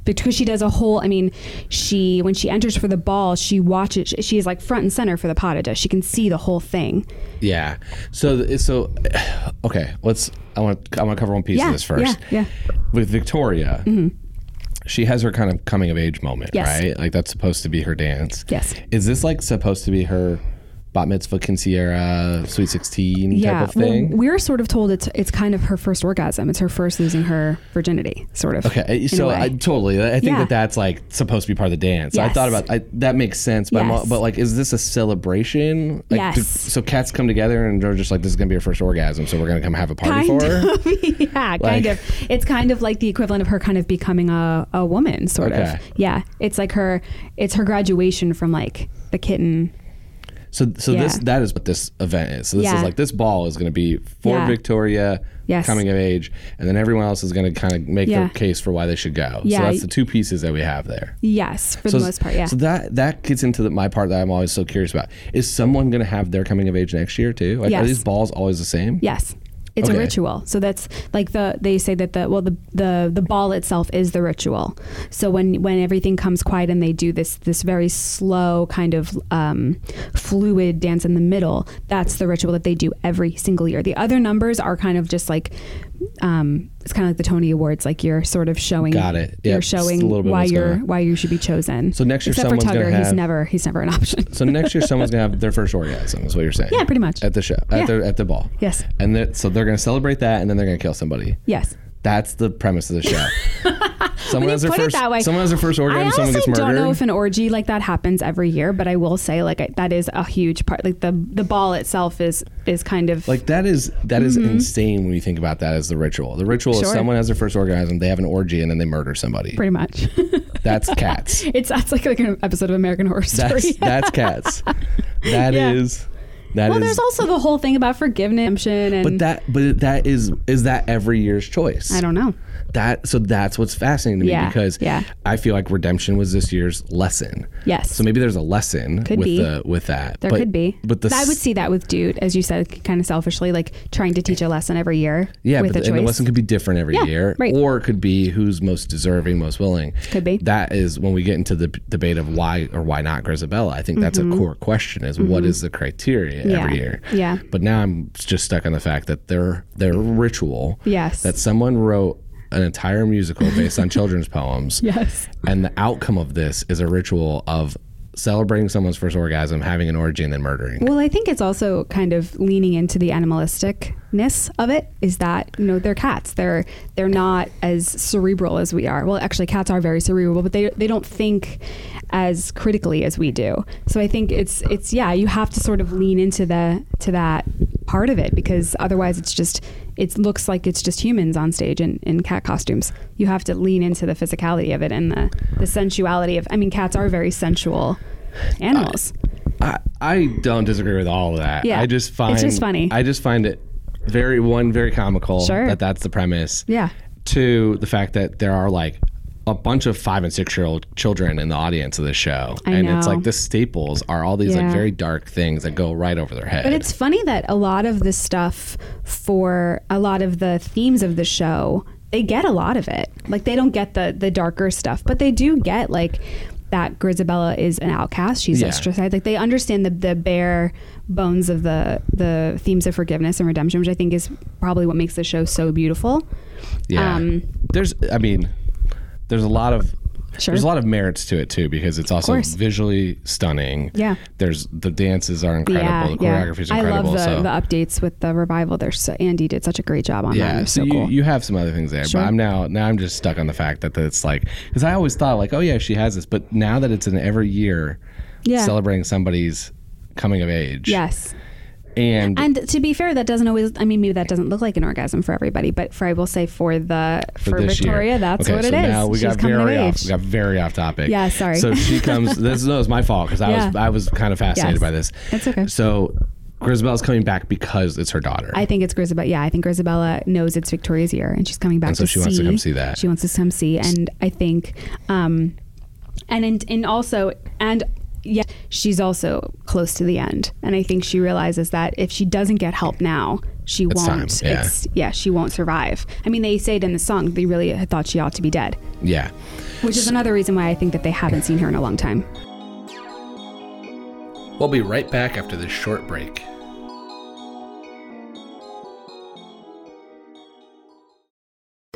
[SPEAKER 4] Because she does a whole, I mean, she when she enters for the ball, she watches. She is like front and center for the potata. She can see the whole thing.
[SPEAKER 5] Yeah. So th- so, okay. Let's. I want. I want to cover one piece
[SPEAKER 4] yeah,
[SPEAKER 5] of this first.
[SPEAKER 4] Yeah, yeah.
[SPEAKER 5] With Victoria,
[SPEAKER 4] Mhm.
[SPEAKER 5] she has her kind of coming of age moment,
[SPEAKER 4] Yes.
[SPEAKER 5] right? Like that's supposed to be her dance.
[SPEAKER 4] Yes.
[SPEAKER 5] Is this like supposed to be her? Bat mitzvah, Kinsierra, Sweet 16 type of
[SPEAKER 4] well,
[SPEAKER 5] thing.
[SPEAKER 4] we're sort of told it's it's kind of her first orgasm. It's her first losing her virginity, sort of.
[SPEAKER 5] Okay,
[SPEAKER 4] in
[SPEAKER 5] so
[SPEAKER 4] a way.
[SPEAKER 5] I, totally, I think
[SPEAKER 4] Yeah.
[SPEAKER 5] that that's like supposed to be part of the dance. I
[SPEAKER 4] Yes.
[SPEAKER 5] thought about I, that makes sense, but I'm all-
[SPEAKER 4] Yes.
[SPEAKER 5] but like, is this a celebration? Like, do-
[SPEAKER 4] Yes.
[SPEAKER 5] so cats come together and they're just like, this is gonna be her first orgasm, so we're gonna come have a party
[SPEAKER 4] kind
[SPEAKER 5] for her.
[SPEAKER 4] of, yeah,
[SPEAKER 5] Like-
[SPEAKER 4] kind of. It's kind of like the equivalent of her kind of becoming a, a woman, sort
[SPEAKER 5] Okay.
[SPEAKER 4] of. Yeah, it's like her, it's her graduation from like the kitten.
[SPEAKER 5] So so this
[SPEAKER 4] Yeah.
[SPEAKER 5] that is what this event is. So this is
[SPEAKER 4] Yeah.
[SPEAKER 5] like this ball is gonna be for
[SPEAKER 4] Yeah.
[SPEAKER 5] Victoria
[SPEAKER 4] Yes.
[SPEAKER 5] coming of age, and then everyone else is gonna kind of make
[SPEAKER 4] Yeah.
[SPEAKER 5] their case for why they should go.
[SPEAKER 4] Yeah.
[SPEAKER 5] So that's the two pieces that we have there.
[SPEAKER 4] Yes, for
[SPEAKER 5] so,
[SPEAKER 4] the most part. Yeah.
[SPEAKER 5] So that that gets into the, my part that I'm always so curious about. Is someone going to have their coming of age next year too? Like, Are
[SPEAKER 4] Yes.
[SPEAKER 5] these balls always the same?
[SPEAKER 4] Yes. It's
[SPEAKER 5] Okay.
[SPEAKER 4] a ritual. So that's like the they say that the well the, the the ball itself is the ritual. So when when everything comes quiet and they do this this very slow kind of um, fluid dance in the middle, that's the ritual that they do every single year. The other numbers are kind of just like um, it's kind of like the Tony Awards like you're sort of showing
[SPEAKER 5] Got it. Yeah,
[SPEAKER 4] you're
[SPEAKER 5] just a little
[SPEAKER 4] showing
[SPEAKER 5] bit
[SPEAKER 4] why
[SPEAKER 5] what's going
[SPEAKER 4] you're
[SPEAKER 5] on.
[SPEAKER 4] why you should be chosen.
[SPEAKER 5] So next year
[SPEAKER 4] Except for
[SPEAKER 5] someone's gonna
[SPEAKER 4] Tugger, he's
[SPEAKER 5] have-
[SPEAKER 4] never he's never an option.
[SPEAKER 5] So next year, someone's gonna have their first orgasm. Is what you're saying?
[SPEAKER 4] Yeah, pretty much.
[SPEAKER 5] At the show, at
[SPEAKER 4] Yeah.
[SPEAKER 5] the at the ball.
[SPEAKER 4] Yes.
[SPEAKER 5] And they're, so they're gonna celebrate that, and then they're gonna kill somebody.
[SPEAKER 4] Yes.
[SPEAKER 5] That's the premise of the show. someone
[SPEAKER 4] When you
[SPEAKER 5] has their
[SPEAKER 4] put it
[SPEAKER 5] first.
[SPEAKER 4] that way-
[SPEAKER 5] Someone has their first orgasm.
[SPEAKER 4] I
[SPEAKER 5] someone
[SPEAKER 4] honestly
[SPEAKER 5] gets murdered.
[SPEAKER 4] don't know if an orgy like that happens every year, but I will say like I, that is a huge part. Like the the ball itself is is kind of
[SPEAKER 5] like that is that is
[SPEAKER 4] Mhm.
[SPEAKER 5] insane when you think about that as the ritual. The ritual is
[SPEAKER 4] Sure.
[SPEAKER 5] someone has their first orgasm, they have an orgy, and then they murder somebody.
[SPEAKER 4] pretty much.
[SPEAKER 5] That's cats.
[SPEAKER 4] it's that's like, like an episode of American Horror Story.
[SPEAKER 5] That's that's cats. That
[SPEAKER 4] Yeah.
[SPEAKER 5] is that is.
[SPEAKER 4] well, there's also the whole thing about forgiveness and
[SPEAKER 5] but that but that is is that every year's choice.
[SPEAKER 4] I don't know.
[SPEAKER 5] that so that's what's fascinating to me
[SPEAKER 4] Yeah,
[SPEAKER 5] because
[SPEAKER 4] yeah.
[SPEAKER 5] I feel like redemption was this year's lesson.
[SPEAKER 4] Yes.
[SPEAKER 5] So maybe there's a lesson
[SPEAKER 4] Could
[SPEAKER 5] with
[SPEAKER 4] be.
[SPEAKER 5] the with that.
[SPEAKER 4] There
[SPEAKER 5] But-
[SPEAKER 4] could be.
[SPEAKER 5] But the
[SPEAKER 4] I would
[SPEAKER 5] s-
[SPEAKER 4] see that with Dude, as you said, kind of selfishly, like trying to teach a lesson every year.
[SPEAKER 5] yeah,
[SPEAKER 4] with
[SPEAKER 5] but the,
[SPEAKER 4] a choice.
[SPEAKER 5] and the lesson could be different every
[SPEAKER 4] Yeah,
[SPEAKER 5] year,
[SPEAKER 4] right.
[SPEAKER 5] or it could be who's most deserving, most willing.
[SPEAKER 4] Could be.
[SPEAKER 5] That is when we get into the b- debate of why or why not Grisabella. I think that's a
[SPEAKER 4] Mhm.
[SPEAKER 5] core question: is what
[SPEAKER 4] Mhm.
[SPEAKER 5] is the criteria
[SPEAKER 4] yeah.
[SPEAKER 5] every year?
[SPEAKER 4] Yeah.
[SPEAKER 5] But now I'm just stuck on the fact that their their ritual
[SPEAKER 4] Yes.
[SPEAKER 5] that someone wrote an entire musical based on children's poems.
[SPEAKER 4] Yes.
[SPEAKER 5] And the outcome of this is a ritual of celebrating someone's first orgasm, having an orgy, and then murdering.
[SPEAKER 4] Well, I think it's also kind of leaning into the animalisticness of it. Is that you know they're cats? They're they're not as cerebral as we are. Well, actually, cats are very cerebral, but they they don't think as critically as we do. So I think it's it's yeah, you have to sort of lean into the to that part of it because otherwise it's just it looks like it's just humans on stage in, in cat costumes. You have to lean into the physicality of it and the, the sensuality of I mean cats are very sensual animals.
[SPEAKER 5] I, I don't disagree with all of that.
[SPEAKER 4] Yeah.
[SPEAKER 5] I just
[SPEAKER 4] It's
[SPEAKER 5] find
[SPEAKER 4] just funny.
[SPEAKER 5] I just find it very one very comical
[SPEAKER 4] Sure.
[SPEAKER 5] that that's the premise.
[SPEAKER 4] yeah.
[SPEAKER 5] Two, the fact that there are like a bunch of five and six year old children in the audience of this show.
[SPEAKER 4] I
[SPEAKER 5] and it's
[SPEAKER 4] know.
[SPEAKER 5] like the staples are all these like
[SPEAKER 4] Yeah.
[SPEAKER 5] very dark things that go right over their head.
[SPEAKER 4] But it's funny that a lot of the stuff for a lot of the themes of the show, they get a lot of it. Like they don't get the the darker stuff, but they do get like that Grisabella is an outcast. She's
[SPEAKER 5] Yeah.
[SPEAKER 4] ostracized. Like they understand the, the bare bones of the the themes of forgiveness and redemption, which I think is probably what makes the show so beautiful.
[SPEAKER 5] Yeah.
[SPEAKER 4] Um,
[SPEAKER 5] there's, I mean, there's a lot of
[SPEAKER 4] Sure.
[SPEAKER 5] there's a lot of merits to it too because it's also
[SPEAKER 4] course.
[SPEAKER 5] visually stunning.
[SPEAKER 4] Yeah.
[SPEAKER 5] There's the dances are incredible. the choreography is
[SPEAKER 4] I
[SPEAKER 5] incredible.
[SPEAKER 4] love the,
[SPEAKER 5] so
[SPEAKER 4] the updates with the revival. There's so, Andy did such a great job on that. It
[SPEAKER 5] yeah,
[SPEAKER 4] was
[SPEAKER 5] so,
[SPEAKER 4] so
[SPEAKER 5] you,
[SPEAKER 4] cool.
[SPEAKER 5] you have some other things there,
[SPEAKER 4] Sure.
[SPEAKER 5] but I'm now now I'm just stuck on the fact that it's like because I always thought like oh yeah she has this, but now that it's an every year
[SPEAKER 4] Yeah.
[SPEAKER 5] celebrating somebody's coming of age,
[SPEAKER 4] yes.
[SPEAKER 5] and
[SPEAKER 4] And to be fair, that doesn't always. I mean, maybe that doesn't look like an orgasm for everybody, but for I will say for the for,
[SPEAKER 5] this year.
[SPEAKER 4] Victoria, that's
[SPEAKER 5] Okay,
[SPEAKER 4] what it is.
[SPEAKER 5] so Now we
[SPEAKER 4] She's
[SPEAKER 5] got
[SPEAKER 4] coming of
[SPEAKER 5] very off.
[SPEAKER 4] age.
[SPEAKER 5] We got very off topic.
[SPEAKER 4] Yeah, sorry.
[SPEAKER 5] So she comes. This no, it's my fault because I was
[SPEAKER 4] Yeah.
[SPEAKER 5] I was kind of fascinated
[SPEAKER 4] Yes.
[SPEAKER 5] by this.
[SPEAKER 4] That's okay.
[SPEAKER 5] So Grisabelle's coming back because it's her daughter.
[SPEAKER 4] I think it's Grisabella. Yeah, I think Grisabella knows it's Victoria's year, and she's coming back.
[SPEAKER 5] And so
[SPEAKER 4] to
[SPEAKER 5] she
[SPEAKER 4] see.
[SPEAKER 5] wants to come see that.
[SPEAKER 4] She wants to come see, and I think, um, and and, and also and. Yeah, she's also close to the end, and I think she realizes that if she doesn't get help now, she
[SPEAKER 5] It's time,
[SPEAKER 4] won't.
[SPEAKER 5] yeah.
[SPEAKER 4] yeah, she won't survive. I mean, they say it in the song. They really thought she ought to be dead.
[SPEAKER 5] yeah.
[SPEAKER 4] Which is another reason why I think that they haven't seen her in a long time.
[SPEAKER 5] We'll be right back after this short break.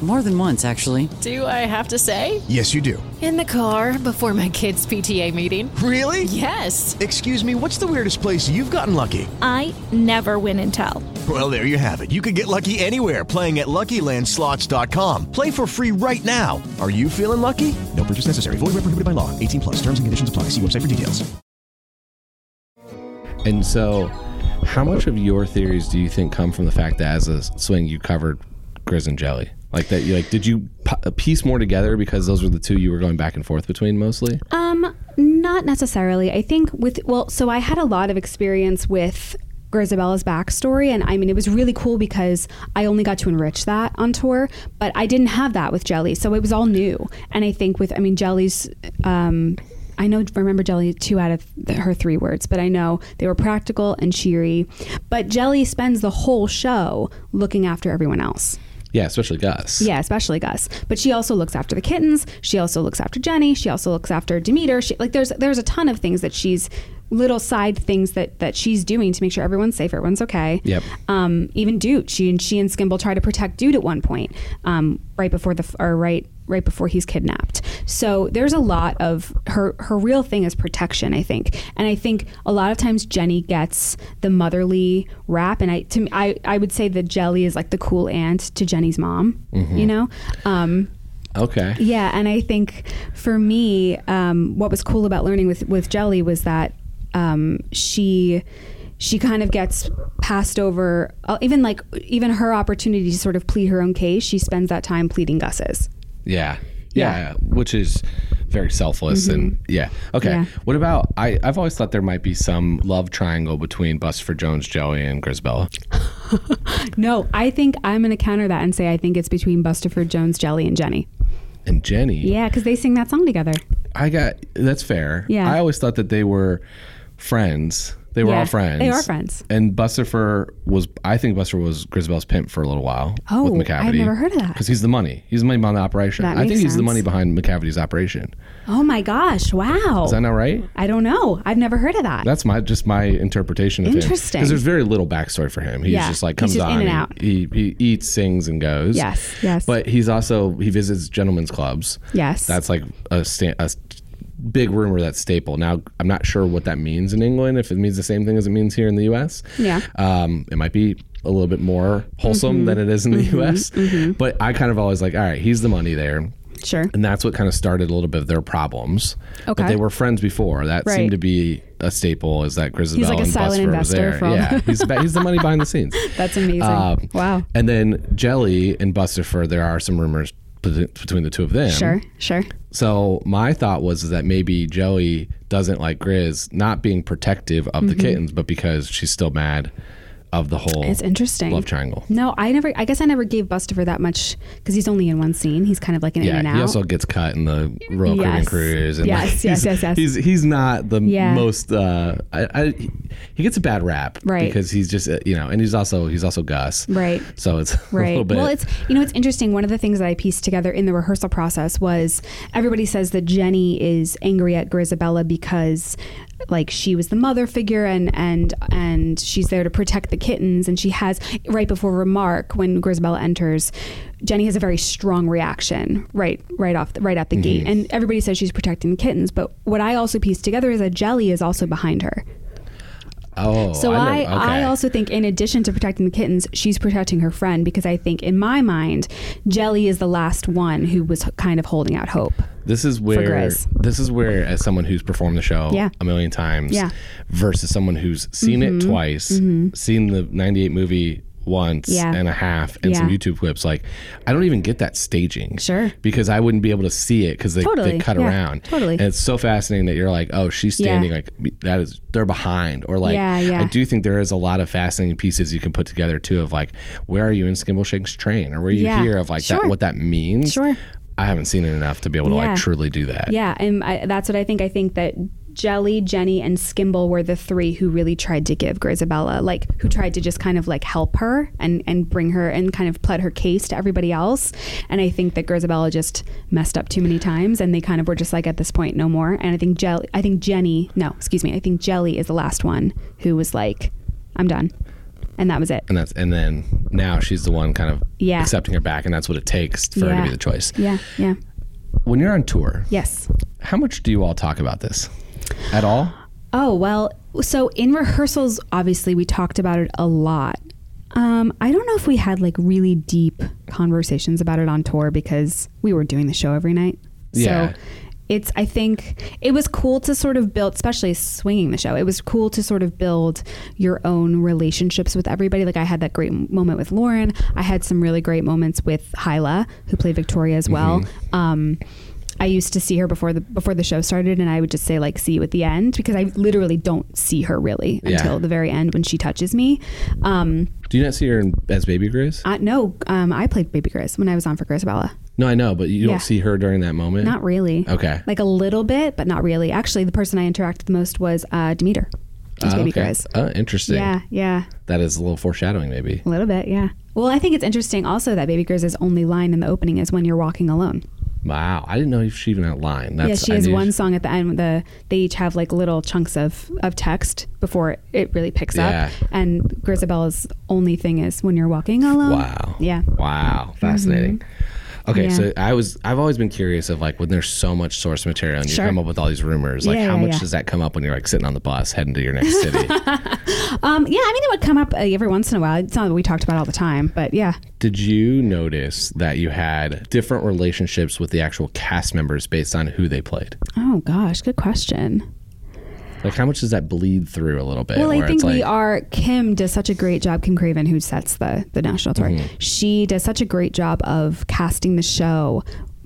[SPEAKER 8] More than once, actually.
[SPEAKER 9] Do I have to say?
[SPEAKER 10] Yes, you do.
[SPEAKER 9] In the car before my kids' PTA meeting.
[SPEAKER 10] Really?
[SPEAKER 9] Yes.
[SPEAKER 10] Excuse me, what's the weirdest place you've gotten lucky?
[SPEAKER 11] I never win and tell.
[SPEAKER 10] Well, there you have it. You can get lucky anywhere playing at LuckyLandSlots.com. Play for free right now. Are you feeling lucky? No purchase necessary. Void where prohibited by law. 18 plus. Terms and conditions apply. See website for details.
[SPEAKER 5] And so, how much of your theories do you think come from the fact that as a swing you covered Grizz and Jelly? Like that, you like did you pu- piece more together because those were the two you were going back and forth between mostly?
[SPEAKER 4] Um, not necessarily. I think with well, so I had a lot of experience with Grisabella's backstory, and I mean, it was really cool because I only got to enrich that on tour, but I didn't have that with Jelly, so it was all new. And I think with, I mean, Jelly's. Um, I know remember Jelly two out of the, her three words, but I know they were practical and cheery. But Jelly spends the whole show looking after everyone else.
[SPEAKER 5] Yeah, especially Gus.
[SPEAKER 4] Yeah, especially Gus. But she also looks after the kittens. She also looks after Jenny. She also looks after Demeter. She like there's there's a ton of things that she's little side things that that she's doing to make sure everyone's safe, everyone's okay.
[SPEAKER 5] Yep.
[SPEAKER 4] Um, even Dude, she and she and Skimble try to protect Dude at one point, um, right before the or right right before he's kidnapped. So there's a lot of her her real thing is protection, I think, and I think a lot of times Jenny gets the motherly rap, and I to me, I I would say that Jelly is like the cool aunt to Jenny's mom,
[SPEAKER 5] Mhm.
[SPEAKER 4] you know. Um,
[SPEAKER 5] Okay.
[SPEAKER 4] yeah, and I think for me, um, what was cool about learning with with Jelly was that um, she she kind of gets passed over. uh, Even like even her opportunity to sort of plead her own case, she spends that time pleading Gus's.
[SPEAKER 5] Yeah. Yeah. Which is very selfless
[SPEAKER 4] Mhm.
[SPEAKER 5] and yeah. Okay.
[SPEAKER 4] Yeah.
[SPEAKER 5] What about I, I've always thought there might be some love triangle between Bust for Jones, Joey, and Grisbella.
[SPEAKER 4] No, I think I'm gonna counter that and say I think it's between Busterford Jones, Jelly, and Jenny.
[SPEAKER 5] And Jenny.
[SPEAKER 4] Yeah, because they sing that song together.
[SPEAKER 5] I got that's fair.
[SPEAKER 4] Yeah.
[SPEAKER 5] I always thought that they were friends. They were
[SPEAKER 4] Yeah,
[SPEAKER 5] all friends.
[SPEAKER 4] they are friends.
[SPEAKER 5] And Buster for was I think Buster was Grisbell's pimp for a little while.
[SPEAKER 4] Oh,
[SPEAKER 5] with McCavity.
[SPEAKER 4] I've never heard of that.
[SPEAKER 5] Because he's the money. He's the money behind the operation.
[SPEAKER 4] That
[SPEAKER 5] I think
[SPEAKER 4] makes
[SPEAKER 5] he's the
[SPEAKER 4] sense.
[SPEAKER 5] money behind McCavity's operation.
[SPEAKER 4] Oh my gosh! Wow.
[SPEAKER 5] Is that not right?
[SPEAKER 4] I don't know. I've never heard of that.
[SPEAKER 5] That's my just my interpretation of
[SPEAKER 4] Interesting.
[SPEAKER 5] Because there's very little backstory for him. He's
[SPEAKER 4] Yeah,
[SPEAKER 5] just like
[SPEAKER 4] he's
[SPEAKER 5] comes
[SPEAKER 4] just
[SPEAKER 5] on,
[SPEAKER 4] in and
[SPEAKER 5] he-
[SPEAKER 4] out.
[SPEAKER 5] He, he eats, sings, and goes.
[SPEAKER 4] Yes, yes.
[SPEAKER 5] But he's also he visits gentlemen's clubs.
[SPEAKER 4] Yes.
[SPEAKER 5] that's like a, sta- a big rumor that's staple. Now, I'm not sure what that means in England, if it means the same thing as it means here in the US.
[SPEAKER 4] Yeah.
[SPEAKER 5] Um, it might be a little bit more wholesome
[SPEAKER 4] Mhm.
[SPEAKER 5] than it is in the
[SPEAKER 4] Mhm.
[SPEAKER 5] US.
[SPEAKER 4] Mhm.
[SPEAKER 5] But I kind of always like, all right, he's the money there.
[SPEAKER 4] Sure.
[SPEAKER 5] And that's what kind of started a little bit of their problems. But
[SPEAKER 4] Okay.
[SPEAKER 5] they were friends before. That
[SPEAKER 4] Right.
[SPEAKER 5] seemed to be a staple is that Grisabelle
[SPEAKER 4] like a
[SPEAKER 5] and
[SPEAKER 4] silent
[SPEAKER 5] Buster was
[SPEAKER 4] investor
[SPEAKER 5] there.
[SPEAKER 4] from-
[SPEAKER 5] Yeah. He's, ba- he's the money behind the scenes.
[SPEAKER 4] That's amazing.
[SPEAKER 5] Um,
[SPEAKER 4] wow.
[SPEAKER 5] And then Jelly and Busterford, there are some rumors p- between the two of them.
[SPEAKER 4] Sure. Sure.
[SPEAKER 5] So my thought was that maybe Jelly doesn't like Grizz, not being protective of the
[SPEAKER 4] Mhm.
[SPEAKER 5] kittens, but because she's still mad of the whole
[SPEAKER 4] It's interesting.
[SPEAKER 5] love triangle.
[SPEAKER 4] No, I never. I guess I never gave Bustafer that much because he's only in one scene. He's kind of like an in and out.
[SPEAKER 5] he also gets cut in the Royal Caribbean
[SPEAKER 4] Yes.
[SPEAKER 5] Cruise. And
[SPEAKER 4] Yes, yes,
[SPEAKER 5] he's,
[SPEAKER 4] yes, yes.
[SPEAKER 5] He's he's not the
[SPEAKER 4] Yeah.
[SPEAKER 5] most. Uh, I, I, he gets a bad rap,
[SPEAKER 4] Right.
[SPEAKER 5] Because he's just uh, you know, and he's also he's also Gus,
[SPEAKER 4] Right.
[SPEAKER 5] So it's a
[SPEAKER 4] Right.
[SPEAKER 5] little bit.
[SPEAKER 4] Well, it's you know it's interesting. One of the things that I pieced together in the rehearsal process was everybody says that Jenny is angry at Grisabella because like she was the mother figure and and and she's there to protect the kittens and she has right before remark when Grisabella enters Jenny has a very strong reaction right right off the, right out the gate
[SPEAKER 5] Mhm.
[SPEAKER 4] and everybody says she's protecting the kittens but what I also pieced together is that Jelly is also behind her
[SPEAKER 5] oh,
[SPEAKER 4] so
[SPEAKER 5] know-
[SPEAKER 4] I,
[SPEAKER 5] okay.
[SPEAKER 4] I also think in addition to protecting the kittens, she's protecting her friend because I think in my mind, Jelly is the last one who was h- kind of holding out hope.
[SPEAKER 5] This is where
[SPEAKER 4] Grizz.
[SPEAKER 5] this is where, as someone who's performed the show
[SPEAKER 4] Yeah.
[SPEAKER 5] a million times,
[SPEAKER 4] Yeah.
[SPEAKER 5] versus someone who's seen
[SPEAKER 4] Mhm.
[SPEAKER 5] it twice,
[SPEAKER 4] Mhm.
[SPEAKER 5] seen the '98 movie once
[SPEAKER 4] Yeah.
[SPEAKER 5] and a half, and some
[SPEAKER 4] Yeah.
[SPEAKER 5] YouTube clips. Like, I don't even get that staging,
[SPEAKER 4] Sure.
[SPEAKER 5] because I wouldn't be able to see it because they,
[SPEAKER 4] Totally.
[SPEAKER 5] they cut
[SPEAKER 4] Yeah.
[SPEAKER 5] around.
[SPEAKER 4] Totally.
[SPEAKER 5] and it's so fascinating that you're like, oh, she's
[SPEAKER 4] Yeah.
[SPEAKER 5] standing like that is they're behind, or like
[SPEAKER 4] Yeah, yeah.
[SPEAKER 5] I do think there is a lot of fascinating pieces you can put together too of like where are you in Skimbleshank's train, or where are you
[SPEAKER 4] Yeah.
[SPEAKER 5] here of like that
[SPEAKER 4] Sure.
[SPEAKER 5] what that means.
[SPEAKER 4] Sure.
[SPEAKER 5] I haven't seen it enough to be able to
[SPEAKER 4] Yeah.
[SPEAKER 5] like truly do that.
[SPEAKER 4] Yeah, and I, that's what I think. I think that Jelly, Jenny, and Skimble were the three who really tried to give Grisabella, like, who tried to just kind of like help her and and bring her and kind of pled her case to everybody else. And I think that Grisabella just messed up too many times, and they kind of were just like, at this point, no more. And I think Jelly, I think Jenny, no, excuse me, I think Jelly is the last one who was like, I'm done, and that was it.
[SPEAKER 5] And that's and then now she's the one kind of
[SPEAKER 4] Yeah.
[SPEAKER 5] accepting her back and that's what it takes for her to
[SPEAKER 4] Yeah.
[SPEAKER 5] be the choice.
[SPEAKER 4] Yeah, yeah,
[SPEAKER 5] When you're on tour,
[SPEAKER 4] yes.
[SPEAKER 5] how much do you all talk about this? At all?
[SPEAKER 4] Oh, well, so in rehearsals, obviously, we talked about it a lot. Um, I don't know if we had like really deep conversations about it on tour because we were doing the show every night.
[SPEAKER 5] Yeah.
[SPEAKER 4] So it's, I think it was cool to sort of build, especially swinging the show, it was cool to sort of build your own relationships with everybody. Like I had that great moment with Lauren, I had some really great moments with Hyla, who played Victoria as well. Um, I used to see her before the before the show started, and I would just say like "see you at the end" because I literally don't see her really
[SPEAKER 5] Yeah.
[SPEAKER 4] until the very end when she touches me. Um,
[SPEAKER 5] Do you not see her in, as baby Grizz?
[SPEAKER 4] I, no, um, I played Baby Grizz when I was on for Grisabella.
[SPEAKER 5] No, I know, but you don't
[SPEAKER 4] Yeah.
[SPEAKER 5] see her during that moment.
[SPEAKER 4] Not really.
[SPEAKER 5] Okay.
[SPEAKER 4] Like a little bit, but not really. Actually, the person I interacted the most was uh, Demeter. as
[SPEAKER 5] Ah,
[SPEAKER 4] Baby
[SPEAKER 5] okay.
[SPEAKER 4] Grizz.
[SPEAKER 5] Oh, interesting.
[SPEAKER 4] Yeah, yeah,
[SPEAKER 5] That is a little foreshadowing, maybe.
[SPEAKER 4] a little bit, yeah. Well, I think it's interesting also that Baby Grizz's only line in the opening is when you're walking alone.
[SPEAKER 5] Wow, I didn't know if she even had a line. That's,
[SPEAKER 4] yeah, she
[SPEAKER 5] I
[SPEAKER 4] has
[SPEAKER 5] knew
[SPEAKER 4] one song at the end. The they each have like little chunks of of text before it, it really picks
[SPEAKER 5] Yeah.
[SPEAKER 4] up. And Grisabella's only thing is when you're walking alone.
[SPEAKER 5] Wow.
[SPEAKER 4] Yeah. Mm-hmm.
[SPEAKER 5] Wow. Fascinating. Okay,
[SPEAKER 4] Yeah.
[SPEAKER 5] so I was I've always been curious of like when there's so much source material and you
[SPEAKER 4] Sure.
[SPEAKER 5] come up with all these rumors, like
[SPEAKER 4] Yeah,
[SPEAKER 5] how
[SPEAKER 4] yeah,
[SPEAKER 5] much
[SPEAKER 4] yeah.
[SPEAKER 5] does that come up when you're like sitting on the bus heading to your next city?
[SPEAKER 4] Um. Yeah. I mean, it would come up uh, every once in a while. It's not that we talked about all the time, but yeah.
[SPEAKER 5] Did you notice that you had different relationships with the actual cast members based on who they played?
[SPEAKER 4] Oh gosh, good question.
[SPEAKER 5] Like how much does that bleed through a little bit?
[SPEAKER 4] well, I
[SPEAKER 5] where
[SPEAKER 4] think
[SPEAKER 5] it's like,
[SPEAKER 4] we are. Kim does such a great job. Kim Craven, who sets the the national tour,
[SPEAKER 5] Mhm.
[SPEAKER 4] she does such a great job of casting the show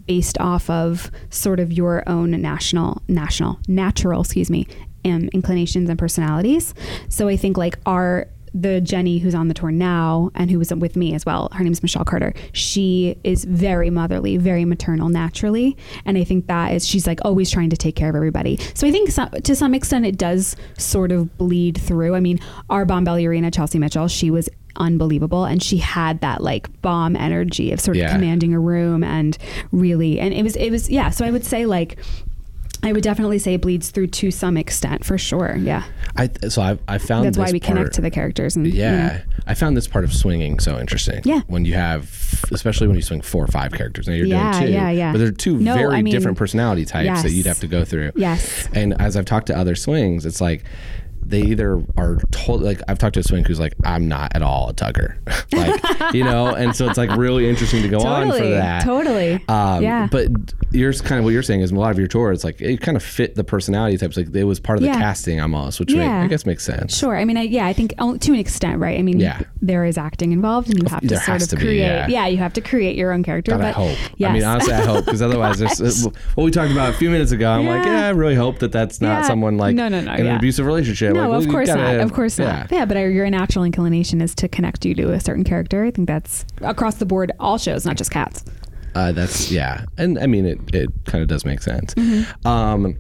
[SPEAKER 4] based off of sort of your own national national natural excuse me um, inclinations and personalities. So I think like our the Jenny who's on the tour now and who was with me as well. Her name's Michelle Carter. She is very motherly, very maternal naturally, and I think that is she's like always trying to take care of everybody. So I think some, to some extent it does sort of bleed through. I mean, our bomb ballerina Chelsea Mitchell, she was unbelievable and she had that like bomb energy of sort of
[SPEAKER 5] Yeah.
[SPEAKER 4] commanding a room and really and it was it was yeah, so I would say like I would definitely say it bleeds through to some extent for sure. Yeah.
[SPEAKER 5] I th- so I I found
[SPEAKER 4] That's why
[SPEAKER 5] this
[SPEAKER 4] we
[SPEAKER 5] part-
[SPEAKER 4] connect to the characters and you know.
[SPEAKER 5] Yeah, I found this part of swinging so interesting.
[SPEAKER 4] Mm-hmm. Yeah.
[SPEAKER 5] when you have especially when you swing four or five characters. Now you're
[SPEAKER 4] Yeah,
[SPEAKER 5] doing two,
[SPEAKER 4] yeah, yeah.
[SPEAKER 5] but they're two
[SPEAKER 4] No,
[SPEAKER 5] very
[SPEAKER 4] I mean-
[SPEAKER 5] different personality types that
[SPEAKER 4] Yes.
[SPEAKER 5] you'd have to go through.
[SPEAKER 4] Yes.
[SPEAKER 5] And as I've talked to other swings, it's like they either are told like I've talked to a swing who's like I'm not at all a tugger, like you know, and so it's like really interesting to go on for
[SPEAKER 4] Totally,
[SPEAKER 5] that.
[SPEAKER 4] totally.
[SPEAKER 5] Um,
[SPEAKER 4] Yeah.
[SPEAKER 5] But yours kind of what you're saying is a lot of your tour. It's like it kind of fit the personality types. Like it was part of the
[SPEAKER 4] Yeah.
[SPEAKER 5] casting almost, which
[SPEAKER 4] Yeah.
[SPEAKER 5] make, I guess makes sense.
[SPEAKER 4] Sure. I mean, I, yeah, I think o- to an extent, right? I mean,
[SPEAKER 5] Yeah.
[SPEAKER 4] there is acting involved, and you have to
[SPEAKER 5] There
[SPEAKER 4] sort
[SPEAKER 5] has
[SPEAKER 4] of
[SPEAKER 5] to be,
[SPEAKER 4] create.
[SPEAKER 5] yeah.
[SPEAKER 4] you have to create your own character.
[SPEAKER 5] God,
[SPEAKER 4] but
[SPEAKER 5] I hope.
[SPEAKER 4] Yes.
[SPEAKER 5] I mean, honestly, I hope because otherwise, there's, what we talked about a few minutes ago, I'm like,
[SPEAKER 4] Yeah.
[SPEAKER 5] yeah, I really hope that that's not
[SPEAKER 4] Yeah.
[SPEAKER 5] someone like
[SPEAKER 4] No, no, no,
[SPEAKER 5] in an
[SPEAKER 4] yeah.
[SPEAKER 5] abusive relationship.
[SPEAKER 4] no,
[SPEAKER 5] Like,
[SPEAKER 4] of
[SPEAKER 5] you
[SPEAKER 4] course
[SPEAKER 5] gotta-
[SPEAKER 4] not. Of course
[SPEAKER 5] yeah.
[SPEAKER 4] not. Yeah, but our, your natural inclination is to connect you to a certain character. I think that's across the board, all shows, not just cats.
[SPEAKER 5] Uh, that's yeah, and I mean, it it kind of does make sense.
[SPEAKER 4] Mm-hmm.
[SPEAKER 5] Um,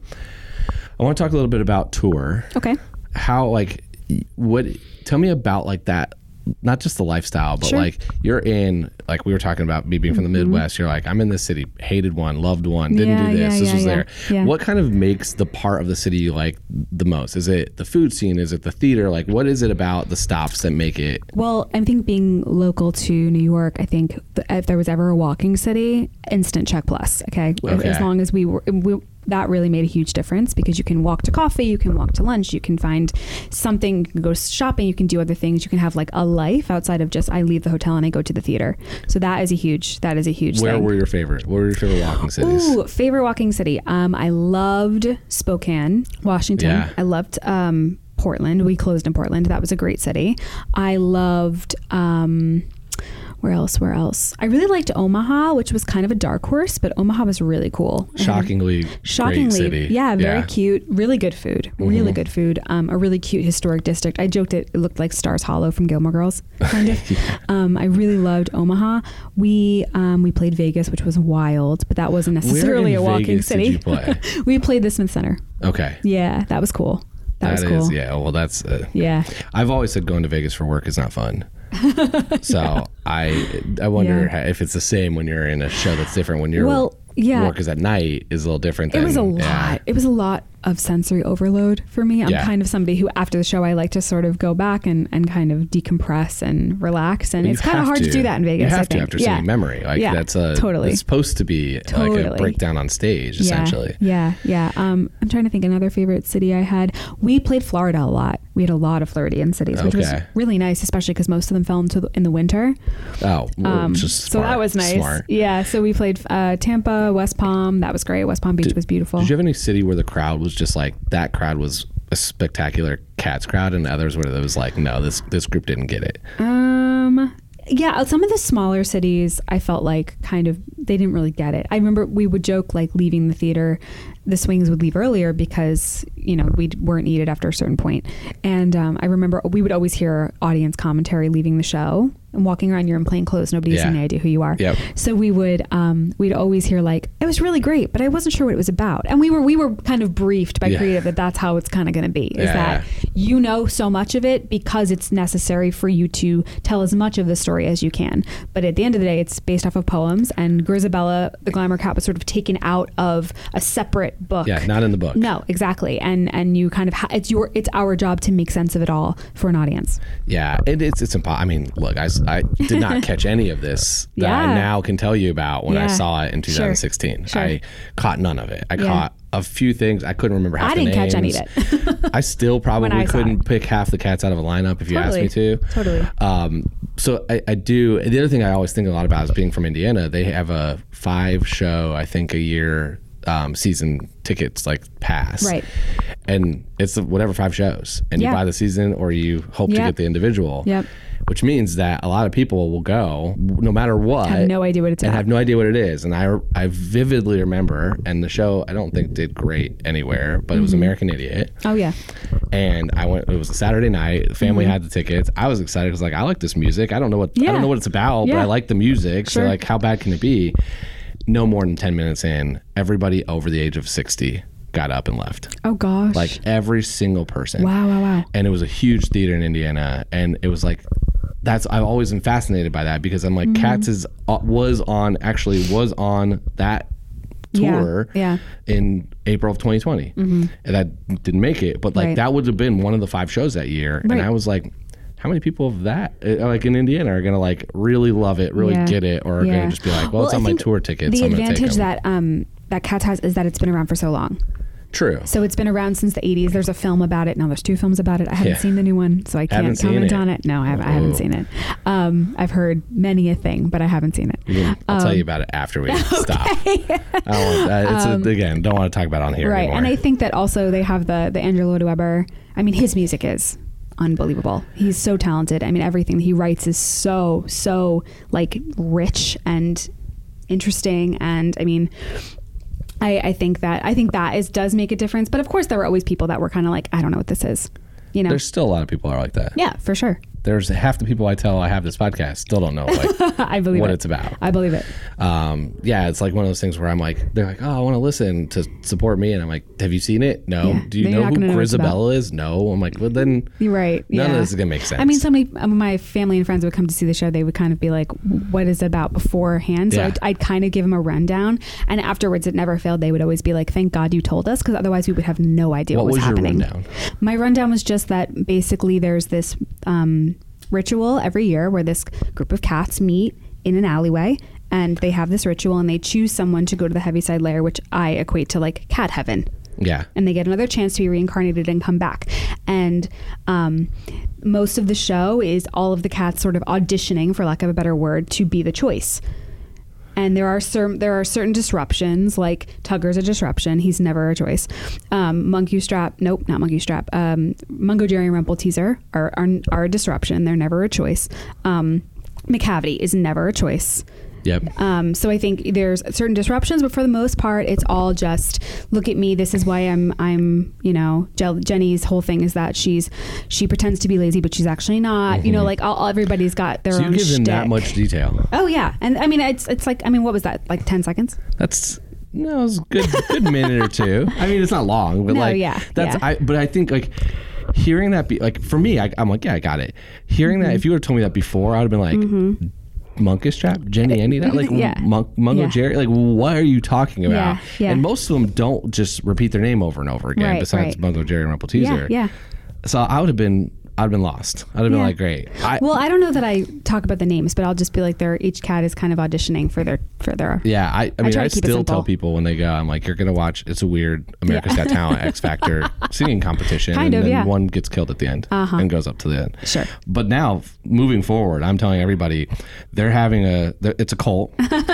[SPEAKER 5] I want to talk a little bit about tour.
[SPEAKER 4] Okay.
[SPEAKER 5] How like y- what? Tell me about like that. Not just the lifestyle, but
[SPEAKER 4] Sure. Mm-hmm.
[SPEAKER 5] like you're in, like we were talking about me being from the Midwest. You're like, I'm in this city, hated one, loved one, didn't
[SPEAKER 4] Yeah,
[SPEAKER 5] do this,
[SPEAKER 4] yeah,
[SPEAKER 5] this
[SPEAKER 4] yeah,
[SPEAKER 5] was
[SPEAKER 4] yeah,
[SPEAKER 5] there.
[SPEAKER 4] yeah.
[SPEAKER 5] What kind of makes the part of the city you like the most? Is it the food scene? Is it the theater? Like, what is it about the stops that make it?
[SPEAKER 4] Well, I think being local to New York, I think th- if there was ever a walking city, instant check plus. Okay, As-
[SPEAKER 5] Okay.
[SPEAKER 4] as long as we were. We, that really made a huge difference because you can walk to coffee, you can walk to lunch, you can find something, you can go shopping, you can do other things, you can have like a life outside of just I leave the hotel and I go to the theater. So that is a huge that is a huge
[SPEAKER 5] Where
[SPEAKER 4] thing.
[SPEAKER 5] were your favorite? What were your favorite walking cities?
[SPEAKER 4] Ooh, favorite walking city. Um, I loved Spokane, Washington.
[SPEAKER 5] Yeah.
[SPEAKER 4] I loved um, Portland. We closed in Portland. That was a great city. I loved. Um, where else? Where else? I really liked Omaha, which was kind of a dark horse, but Omaha was really cool. And-
[SPEAKER 5] Shockingly,
[SPEAKER 4] Shockingly,
[SPEAKER 5] great city.
[SPEAKER 4] yeah, very cute, really good food, really
[SPEAKER 5] Mhm.
[SPEAKER 4] good food. Um, a really cute historic district. I joked it, it looked like Stars Hollow from Gilmore Girls, kind of. um, I really loved Omaha. We um, we played Vegas, which was wild, but that wasn't
[SPEAKER 5] Where
[SPEAKER 4] necessarily
[SPEAKER 5] in
[SPEAKER 4] a walking
[SPEAKER 5] Vegas did
[SPEAKER 4] city.
[SPEAKER 5] you play?
[SPEAKER 4] we played the Smith Center.
[SPEAKER 5] Okay.
[SPEAKER 4] Yeah, that was cool. That, was
[SPEAKER 5] That
[SPEAKER 4] cool.
[SPEAKER 5] is- yeah. Well, that's uh,
[SPEAKER 4] Yeah.
[SPEAKER 5] I've always said going to Vegas for work is not fun. So I I wonder
[SPEAKER 4] Yeah.
[SPEAKER 5] ha- if it's the same when you're in a show that's different. When your
[SPEAKER 4] Well, yeah.
[SPEAKER 5] work is at night is a little different.
[SPEAKER 4] It
[SPEAKER 5] than,
[SPEAKER 4] was a lot.
[SPEAKER 5] yeah.
[SPEAKER 4] It was a lot of sensory overload for me. I'm
[SPEAKER 5] Yeah.
[SPEAKER 4] kind of somebody who, after the show, I like to sort of go back and, and kind of decompress and relax. And
[SPEAKER 5] You
[SPEAKER 4] it's kind of
[SPEAKER 5] have
[SPEAKER 4] hard to. do that in Vegas.
[SPEAKER 5] You have
[SPEAKER 4] I
[SPEAKER 5] to
[SPEAKER 4] think.
[SPEAKER 5] after
[SPEAKER 4] yeah.
[SPEAKER 5] seeing memory. Like
[SPEAKER 4] yeah,
[SPEAKER 5] that's a
[SPEAKER 4] totally
[SPEAKER 5] It's supposed to be like a
[SPEAKER 4] Totally.
[SPEAKER 5] breakdown on stage, essentially.
[SPEAKER 4] Yeah, yeah. Um, I'm trying to think another favorite city I had. We played Florida a lot. We had a lot of Floridian cities, which was
[SPEAKER 5] Okay.
[SPEAKER 4] really nice, especially because most of them fell into the, in the winter.
[SPEAKER 5] Oh, well,
[SPEAKER 4] Um,
[SPEAKER 5] just
[SPEAKER 4] so that
[SPEAKER 5] smart,
[SPEAKER 4] was nice.
[SPEAKER 5] Smart.
[SPEAKER 4] Yeah. So we played uh, Tampa, West Palm. That was great. West Palm Beach was beautiful.
[SPEAKER 5] Did you have any city where the crowd was just like that crowd was a spectacular cats crowd and others where it was like, no, this this group didn't get it.
[SPEAKER 4] Um, yeah, some of the smaller cities, I felt like kind of they didn't really get it. I remember we would joke like leaving the theater, the swings would leave earlier because you know we weren't needed after a certain point. And um, I remember we would always hear audience commentary leaving the show and walking around. You're in plain clothes, nobody's
[SPEAKER 5] Yeah.
[SPEAKER 4] any idea who you are.
[SPEAKER 5] Yep.
[SPEAKER 4] So we would um, we'd always hear like it was really great, but I wasn't sure what it was about. And we were we were kind of briefed by
[SPEAKER 5] Yeah.
[SPEAKER 4] creative that that's how it's kind of going to be is
[SPEAKER 5] Yeah,
[SPEAKER 4] that you know so much of it because it's necessary for you to tell as much of the story as you can. But at the end of the day, it's based off of poems, and Grisabella, the glamour cat, was sort of taken out of a separate book.
[SPEAKER 5] Yeah, not in the book.
[SPEAKER 4] No, exactly. And and you kind of ha- it's your it's our job to make sense of it all for an audience.
[SPEAKER 5] Yeah, and it's it's impossible. I mean, look, I, s- I did not catch any of this that I
[SPEAKER 4] Yeah.
[SPEAKER 5] now can tell you about when I
[SPEAKER 4] Yeah.
[SPEAKER 5] saw it in
[SPEAKER 4] Sure.
[SPEAKER 5] 2016.
[SPEAKER 4] Sure.
[SPEAKER 5] I caught none of it. I
[SPEAKER 4] Yeah.
[SPEAKER 5] caught a few things. I couldn't remember half
[SPEAKER 4] I
[SPEAKER 5] the
[SPEAKER 4] didn't catch any of
[SPEAKER 5] names.
[SPEAKER 4] it.
[SPEAKER 5] I still probably
[SPEAKER 4] I saw
[SPEAKER 5] couldn't pick half the cats out of a lineup if you asked me to.
[SPEAKER 4] Totally.
[SPEAKER 5] Um, so I, I do. The other thing I always think a lot about is being from Indiana. They have a five show, I think, a year um, season tickets like pass.
[SPEAKER 4] Right.
[SPEAKER 5] And it's whatever five shows, and
[SPEAKER 4] Yeah.
[SPEAKER 5] you buy the season or you hope to
[SPEAKER 4] Yep.
[SPEAKER 5] get the individual.
[SPEAKER 4] Yep.
[SPEAKER 5] Which means that a lot of people will go no matter what.
[SPEAKER 4] Have no idea what it's
[SPEAKER 5] and
[SPEAKER 4] about.
[SPEAKER 5] have no idea what it is. And I I vividly remember, and the show I don't think did great anywhere, but it was
[SPEAKER 4] Mhm.
[SPEAKER 5] American Idiot
[SPEAKER 4] Oh yeah.
[SPEAKER 5] and I went. It was a Saturday night. The family
[SPEAKER 4] Mhm.
[SPEAKER 5] had the tickets. I was excited because like I like this music. I don't know what I
[SPEAKER 4] Yeah.
[SPEAKER 5] don't know what it's about, but
[SPEAKER 4] Yeah.
[SPEAKER 5] I like the music.
[SPEAKER 4] Sure.
[SPEAKER 5] So like, how bad can it be? No more than ten minutes in, everybody over the age of sixty got up and left.
[SPEAKER 4] Oh gosh.
[SPEAKER 5] Like every single person.
[SPEAKER 4] wow, wow, wow.
[SPEAKER 5] And it was a huge theater in Indiana, and it was like. That's I've always been fascinated by that because I'm like
[SPEAKER 4] Mhm.
[SPEAKER 5] Cats is uh, was on actually was on that
[SPEAKER 4] Yeah,
[SPEAKER 5] tour
[SPEAKER 4] yeah.
[SPEAKER 5] in April of 2020
[SPEAKER 4] Mhm.
[SPEAKER 5] and that didn't make it. But like
[SPEAKER 4] Right.
[SPEAKER 5] that would have been one of the five shows that year, and
[SPEAKER 4] Right.
[SPEAKER 5] I was like, how many people of that uh, like in Indiana are gonna like really love it, really
[SPEAKER 4] Yeah.
[SPEAKER 5] get it, or are
[SPEAKER 4] Yeah.
[SPEAKER 5] gonna just be like, well, it's
[SPEAKER 4] I
[SPEAKER 5] on my
[SPEAKER 4] think
[SPEAKER 5] tour ticket.
[SPEAKER 4] The
[SPEAKER 5] so I'm gonna take
[SPEAKER 4] advantage
[SPEAKER 5] them.
[SPEAKER 4] that um, that Cats has is that it's been around for so long.
[SPEAKER 5] true.
[SPEAKER 4] So it's been around since the 80s. There's a film about it. Now there's two films about it. I haven't
[SPEAKER 5] Yeah.
[SPEAKER 4] seen the new one, so I can't
[SPEAKER 5] Haven't seen
[SPEAKER 4] comment
[SPEAKER 5] it. Oh.
[SPEAKER 4] on it. No, I, have, I haven't
[SPEAKER 5] Ooh.
[SPEAKER 4] seen it. Um, I've heard many a thing, but I haven't seen it.
[SPEAKER 5] You can- I'll tell
[SPEAKER 4] Um,
[SPEAKER 5] you about it after we stop. I don't want, uh, it's
[SPEAKER 4] Um,
[SPEAKER 5] a, again, don't want to talk about it on here
[SPEAKER 4] right.
[SPEAKER 5] anymore.
[SPEAKER 4] And I think that also they have the the Andrew Lloyd Webber. I mean, his music is unbelievable. He's so talented. I mean, everything he writes is so so like rich and interesting. And I mean. I, I think that I think that is does make a difference, but of course there were always people that were kind of like I don't know what this is, you know.
[SPEAKER 5] There's still a lot of people are like that.
[SPEAKER 4] yeah, for sure.
[SPEAKER 5] There's half the people I tell I have this podcast still don't know like
[SPEAKER 4] I believe
[SPEAKER 5] what
[SPEAKER 4] it.
[SPEAKER 5] it's about.
[SPEAKER 4] I believe it.
[SPEAKER 5] um, yeah, it's like one of those things where I'm like, they're like, oh, I want to listen to support me, and I'm like, have you seen it? No. Do you
[SPEAKER 4] then
[SPEAKER 5] know
[SPEAKER 4] you're not
[SPEAKER 5] who
[SPEAKER 4] gonna know what it's about.
[SPEAKER 5] Grisabella is? No. I'm like, well, then
[SPEAKER 4] You're right.
[SPEAKER 5] None of
[SPEAKER 4] yeah.
[SPEAKER 5] this is gonna make sense.
[SPEAKER 4] I mean, so many of my family and friends would come to see the show. They would kind of be like, "What is it about?" beforehand. So
[SPEAKER 5] Yeah.
[SPEAKER 4] I'd, I'd kind of give them a rundown, and afterwards, it never failed. They would always be like, "Thank God you told us," because otherwise, we would have no idea what,
[SPEAKER 5] what was your
[SPEAKER 4] happening.
[SPEAKER 5] rundown?
[SPEAKER 4] My rundown was just that basically there's this um, ritual every year where this group of cats meet in an alleyway and they have this ritual and they choose someone to go to the heaviside layer, which I equate to like cat heaven.
[SPEAKER 5] Yeah.
[SPEAKER 4] And they get another chance to be reincarnated and come back. And um, most of the show is all of the cats sort of auditioning, for lack of a better word, to be the choice and there are certain there are certain disruptions like Tugger's a disruption. He's never a choice. Um, Monkey Strap, nope, not Monkey Strap. Um, Mungo Jerry and Rumple Teaser are, are are a disruption. They're never a choice. Um, McCavity is never a choice.
[SPEAKER 5] Yep.
[SPEAKER 4] Um, so I think there's certain disruptions, but for the most part, it's all just look at me. This is why I'm I'm you know Jel- Jenny's whole thing is that she's she pretends to be lazy, but she's actually not. You know,
[SPEAKER 5] Mhm.
[SPEAKER 4] like all, everybody's got their
[SPEAKER 5] so you
[SPEAKER 4] own.
[SPEAKER 5] give them that
[SPEAKER 4] shtick.
[SPEAKER 5] much detail.
[SPEAKER 4] Oh yeah, and I mean it's it's like I mean what was that like ten seconds?
[SPEAKER 5] That's no, it was a good good minute or two. I mean, it's not long, but
[SPEAKER 4] No,
[SPEAKER 5] like
[SPEAKER 4] yeah,
[SPEAKER 5] that's
[SPEAKER 4] yeah.
[SPEAKER 5] I. But I think like hearing that be like for me, I, I'm like, yeah, I got it. Hearing that,
[SPEAKER 4] Mhm.
[SPEAKER 5] if you would have told me that before, I would have been like.
[SPEAKER 4] Mhm.
[SPEAKER 5] Monkish trap, Jenny, any of that like
[SPEAKER 4] Yeah.
[SPEAKER 5] Mon- Mungo
[SPEAKER 4] Yeah.
[SPEAKER 5] Jerry, like what are you talking about?
[SPEAKER 4] Yeah, yeah.
[SPEAKER 5] And most of them don't just repeat their name over and over again.
[SPEAKER 4] Right,
[SPEAKER 5] besides
[SPEAKER 4] right.
[SPEAKER 5] Mungo Jerry and Rumple Teaser,
[SPEAKER 4] Yeah, yeah.
[SPEAKER 5] So I would have been, I'd have been lost. I'd have been
[SPEAKER 4] Yeah.
[SPEAKER 5] like, great. I,
[SPEAKER 4] well, I don't know that I talk about the names, but I'll just be like, they're each cat is kind of auditioning for their for their.
[SPEAKER 5] Yeah, I, I mean,
[SPEAKER 4] try
[SPEAKER 5] I,
[SPEAKER 4] to keep it
[SPEAKER 5] still tell
[SPEAKER 4] simple.
[SPEAKER 5] people when they go, I'm like, you're going to watch, it's a weird America's
[SPEAKER 4] Yeah.
[SPEAKER 5] Got Talent X Factor singing competition.
[SPEAKER 4] Kind
[SPEAKER 5] and
[SPEAKER 4] of,
[SPEAKER 5] then
[SPEAKER 4] yeah.
[SPEAKER 5] one gets killed at the end
[SPEAKER 4] Uh-huh.
[SPEAKER 5] and goes up to the end.
[SPEAKER 4] Sure.
[SPEAKER 5] But now, f- moving forward, I'm telling everybody they're having a, they're, it's a cult.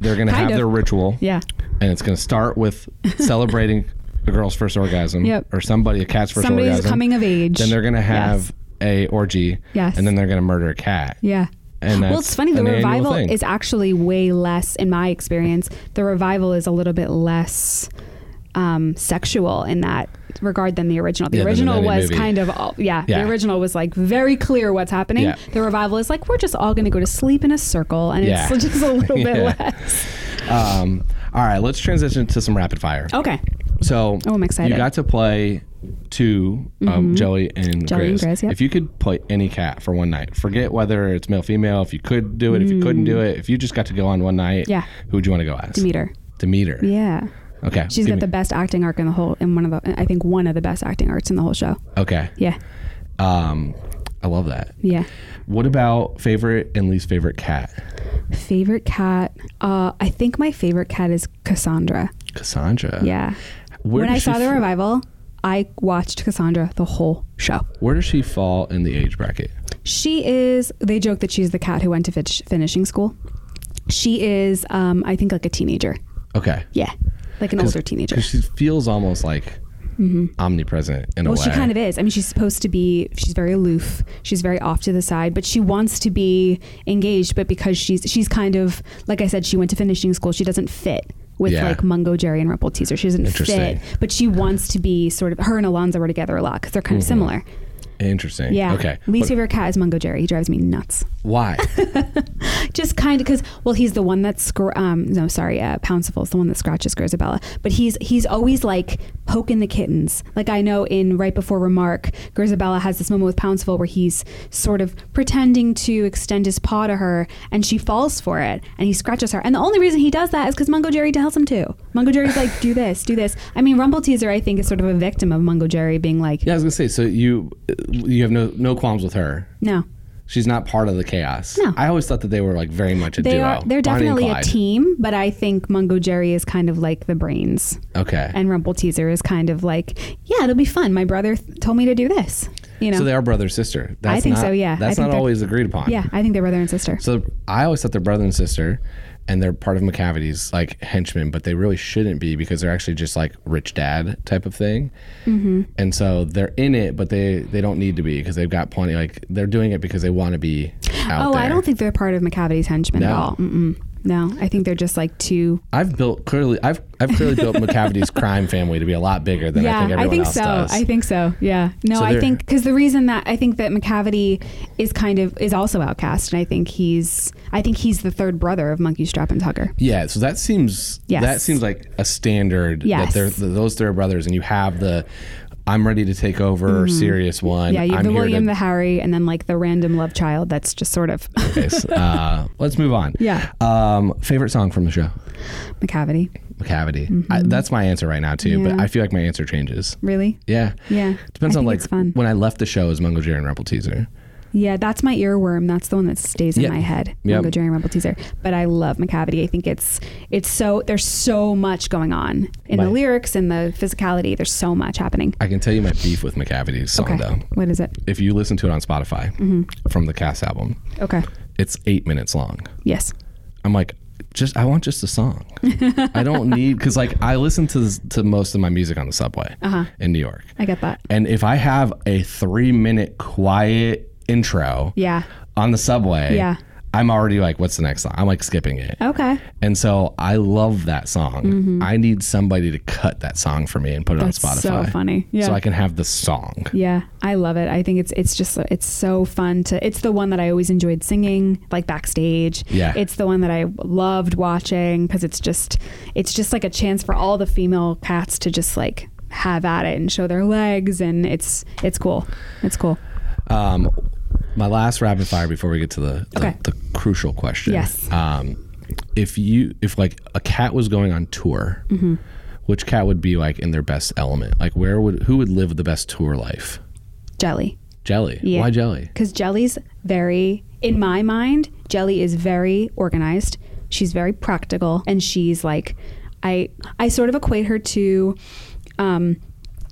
[SPEAKER 5] they're going to
[SPEAKER 4] Kind
[SPEAKER 5] have
[SPEAKER 4] of.
[SPEAKER 5] their ritual.
[SPEAKER 4] Yeah.
[SPEAKER 5] And it's going to start with celebrating a girl's first orgasm
[SPEAKER 4] Yep.
[SPEAKER 5] or somebody, a cat's first
[SPEAKER 4] Somebody's
[SPEAKER 5] orgasm.
[SPEAKER 4] coming of age.
[SPEAKER 5] Then they're going to have a orgy.
[SPEAKER 4] Yes.
[SPEAKER 5] And then they're going to murder a cat.
[SPEAKER 4] Yeah.
[SPEAKER 5] And
[SPEAKER 4] well,
[SPEAKER 5] that's
[SPEAKER 4] it's funny. The
[SPEAKER 5] an annual
[SPEAKER 4] revival
[SPEAKER 5] thing.
[SPEAKER 4] is actually way less, in my experience. The revival is a little bit less um, sexual in that regard than the original. The
[SPEAKER 5] Yeah, than the
[SPEAKER 4] original
[SPEAKER 5] Nanny
[SPEAKER 4] was
[SPEAKER 5] movie.
[SPEAKER 4] kind of, all, yeah,
[SPEAKER 5] Yeah.
[SPEAKER 4] The original was like very clear what's happening.
[SPEAKER 5] Yeah.
[SPEAKER 4] The revival is like we're just all going to go to sleep in a circle, and
[SPEAKER 5] Yeah.
[SPEAKER 4] it's just a little bit
[SPEAKER 5] Yeah.
[SPEAKER 4] less.
[SPEAKER 5] Um, all right, let's transition to some rapid fire.
[SPEAKER 4] Okay.
[SPEAKER 5] So
[SPEAKER 4] Oh, I'm excited.
[SPEAKER 5] You got to play 2 um,
[SPEAKER 4] Mhm.
[SPEAKER 5] Joey and
[SPEAKER 4] Joey and
[SPEAKER 5] Grizz.
[SPEAKER 4] Grizz, yep.
[SPEAKER 5] If you could play any cat for one night, forget whether it's male, female. If you could do it, if you couldn't do it, if you just got to go on one night,
[SPEAKER 4] Mm. Yeah.
[SPEAKER 5] Who would you want to go as?
[SPEAKER 4] Demeter.
[SPEAKER 5] Demeter.
[SPEAKER 4] Yeah.
[SPEAKER 5] Okay.
[SPEAKER 4] She's
[SPEAKER 5] give
[SPEAKER 4] got the
[SPEAKER 5] me-
[SPEAKER 4] best acting arc in the whole in one of the I think one of the best acting arcs in the whole show.
[SPEAKER 5] Okay.
[SPEAKER 4] Yeah.
[SPEAKER 5] Um, I love that.
[SPEAKER 4] Yeah.
[SPEAKER 5] What about favorite and least favorite cat?
[SPEAKER 4] Favorite cat. Uh I think my favorite cat is Cassandra.
[SPEAKER 5] Cassandra.
[SPEAKER 4] yeah.
[SPEAKER 5] Uh, Where
[SPEAKER 4] when
[SPEAKER 5] does
[SPEAKER 4] I
[SPEAKER 5] she
[SPEAKER 4] saw the
[SPEAKER 5] f-
[SPEAKER 4] revival, I watched Cassandra the whole show.
[SPEAKER 5] Where does she fall in the age bracket?
[SPEAKER 4] She is they joke that she's the cat who went to finish, finishing school. She is um I think like a teenager.
[SPEAKER 5] Okay.
[SPEAKER 4] Yeah. Like an
[SPEAKER 5] 'Cause-
[SPEAKER 4] older teenager.
[SPEAKER 5] 'cause She feels almost like
[SPEAKER 4] Mhm.
[SPEAKER 5] omnipresent in
[SPEAKER 4] well,
[SPEAKER 5] a way.
[SPEAKER 4] she kind of is. I mean, she's supposed to be. She's very aloof. She's very off to the side, but she wants to be engaged. But because she's she's kind of like I said, she went to finishing school. She doesn't fit with
[SPEAKER 5] Yeah.
[SPEAKER 4] like Mungo Jerry and Rumple Teaser. She doesn't
[SPEAKER 5] Interesting.
[SPEAKER 4] fit, but she wants to be sort of. Her and Alonzo were together a lot because they're kind
[SPEAKER 5] Mhm.
[SPEAKER 4] of similar.
[SPEAKER 5] Interesting.
[SPEAKER 4] Yeah.
[SPEAKER 5] Eh, Okay.
[SPEAKER 4] Least
[SPEAKER 5] What-
[SPEAKER 4] favorite cat is Mungo Jerry. He drives me nuts.
[SPEAKER 5] Why?
[SPEAKER 4] Just kind of because well, he's the one that's scr- um no sorry, uh, Pounceful is the one that scratches Grisabella, but he's he's always like poking the kittens. Like I know in right before remark, Grisabella has this moment with Pounceville where he's sort of pretending to extend his paw to her, and she falls for it, and he scratches her. And the only reason he does that is because Mungo Jerry tells him to. Mungo Jerry's like, do this, do this. I mean, Rumble Teaser, I think, is sort of a victim of Mungo Jerry being like,
[SPEAKER 5] Yeah, I was gonna say. So you you have no no qualms with her.
[SPEAKER 4] no.
[SPEAKER 5] She's not part of the chaos.
[SPEAKER 4] No.
[SPEAKER 5] I always thought that they were like very much a
[SPEAKER 4] They
[SPEAKER 5] duo.
[SPEAKER 4] are, they're
[SPEAKER 5] Bonnie and
[SPEAKER 4] definitely a
[SPEAKER 5] Clyde.
[SPEAKER 4] team, but I think Mungo Jerry is kind of like the brains.
[SPEAKER 5] Okay.
[SPEAKER 4] And Rumble Teaser is kind of like, yeah, it'll be fun. My brother th- told me to do this. You know,
[SPEAKER 5] So they are brother and sister.
[SPEAKER 4] I think
[SPEAKER 5] not-
[SPEAKER 4] so. Yeah, I
[SPEAKER 5] That's
[SPEAKER 4] think
[SPEAKER 5] not
[SPEAKER 4] they're-
[SPEAKER 5] always agreed upon.
[SPEAKER 4] Yeah, I think they're brother and sister.
[SPEAKER 5] So I always thought they're brother and sister, and they're part of McCavity's like henchmen, but they really shouldn't be because they're actually just like rich dad type of thing.
[SPEAKER 12] Mm-hmm.
[SPEAKER 5] And so they're in it, but they they don't need to be because they've got plenty. Like they're doing it because they want to be out
[SPEAKER 4] oh,
[SPEAKER 5] there.
[SPEAKER 4] I don't think they're part of McCavity's henchmen at
[SPEAKER 5] No.
[SPEAKER 4] all. Mm-mm. No, I think they're just like two.
[SPEAKER 5] I've built clearly. I've I've clearly built McCavity's crime family to be a lot bigger than I
[SPEAKER 4] yeah,
[SPEAKER 5] think everyone else
[SPEAKER 4] so.
[SPEAKER 5] does.
[SPEAKER 4] I think so. Yeah. No,
[SPEAKER 5] So
[SPEAKER 4] I
[SPEAKER 5] they're-
[SPEAKER 4] think because the reason that I think that McCavity is kind of is also outcast, and I think he's I think he's the third brother of Monkey Strap and Tucker.
[SPEAKER 5] Yeah, so that seems
[SPEAKER 4] Yes.
[SPEAKER 5] that seems like a standard
[SPEAKER 4] Yes.
[SPEAKER 5] that they're th those three are brothers, and you have the I'm ready to take over
[SPEAKER 4] Mhm.
[SPEAKER 5] serious one.
[SPEAKER 4] yeah, you have
[SPEAKER 5] I'm
[SPEAKER 4] the
[SPEAKER 5] here
[SPEAKER 4] William,
[SPEAKER 5] to
[SPEAKER 4] the Harry, and then like the random love child. That's just sort of
[SPEAKER 5] this. Uh, let's move on.
[SPEAKER 4] Yeah.
[SPEAKER 5] Um, favorite song from the show,
[SPEAKER 4] McCavity.
[SPEAKER 5] McCavity. I, that's my answer right now too, but
[SPEAKER 4] Mm-hmm. Yeah.
[SPEAKER 5] I feel like my answer changes.
[SPEAKER 4] Really?
[SPEAKER 5] Yeah.
[SPEAKER 4] Yeah.
[SPEAKER 5] Depends
[SPEAKER 4] I
[SPEAKER 5] on
[SPEAKER 4] think
[SPEAKER 5] like
[SPEAKER 4] it's fun.
[SPEAKER 5] when I left the show as Mungo Jerry and Rebel Teaser.
[SPEAKER 4] Yeah, that's my earworm. That's the one that stays in
[SPEAKER 5] Yep.
[SPEAKER 4] my head.
[SPEAKER 5] Yep.
[SPEAKER 4] Mungo Jerry and Rumble Teaser. But I love McCavity. I think it's it's so there's so much going on in
[SPEAKER 5] My-
[SPEAKER 4] the lyrics and the physicality. There's so much happening.
[SPEAKER 5] I can tell you my beef with McCavity's song
[SPEAKER 4] Okay.
[SPEAKER 5] though.
[SPEAKER 4] What is it?
[SPEAKER 5] If you listen to it on Spotify
[SPEAKER 4] Mhm.
[SPEAKER 5] from the Cast album,
[SPEAKER 4] Okay.
[SPEAKER 5] it's eight minutes long.
[SPEAKER 4] Yes.
[SPEAKER 5] I'm like, just I want just a song. I don't need because like I listen to this, to most of my music on the subway
[SPEAKER 4] Uh-huh.
[SPEAKER 5] in New York,
[SPEAKER 4] I get that.
[SPEAKER 5] and if I have a three minute quiet intro
[SPEAKER 4] Yeah.
[SPEAKER 5] on the subway,
[SPEAKER 4] Yeah.
[SPEAKER 5] I'm already like, what's the next song? I'm like skipping it,
[SPEAKER 4] Okay.
[SPEAKER 5] and so I love that song.
[SPEAKER 4] Mhm.
[SPEAKER 5] I need somebody to cut that song for me and put it
[SPEAKER 4] That's
[SPEAKER 5] on
[SPEAKER 4] so
[SPEAKER 5] Spotify.
[SPEAKER 4] funny. Yeah.
[SPEAKER 5] so I can have the song.
[SPEAKER 4] Yeah, I love it. I think it's it's just it's so fun to. It's the one that I always enjoyed singing, like backstage.
[SPEAKER 5] Yeah.
[SPEAKER 4] it's the one that I loved watching because it's just it's just like a chance for all the female cats to just like have at it and show their legs, and it's it's cool. It's cool.
[SPEAKER 5] Um, my last rapid fire before we get to the the,
[SPEAKER 4] Okay.
[SPEAKER 5] the crucial question.
[SPEAKER 4] Yes.
[SPEAKER 5] Um, if you if like a cat was going on tour,
[SPEAKER 4] Mhm.
[SPEAKER 5] which cat would be like in their best element? Like where would who would live the best tour life?
[SPEAKER 4] Jelly.
[SPEAKER 5] Jelly.
[SPEAKER 4] Yeah.
[SPEAKER 5] Why jelly?
[SPEAKER 4] Because Jelly's very, in my mind, Jelly is very organized. She's very practical, and she's like, I I sort of equate her to, um,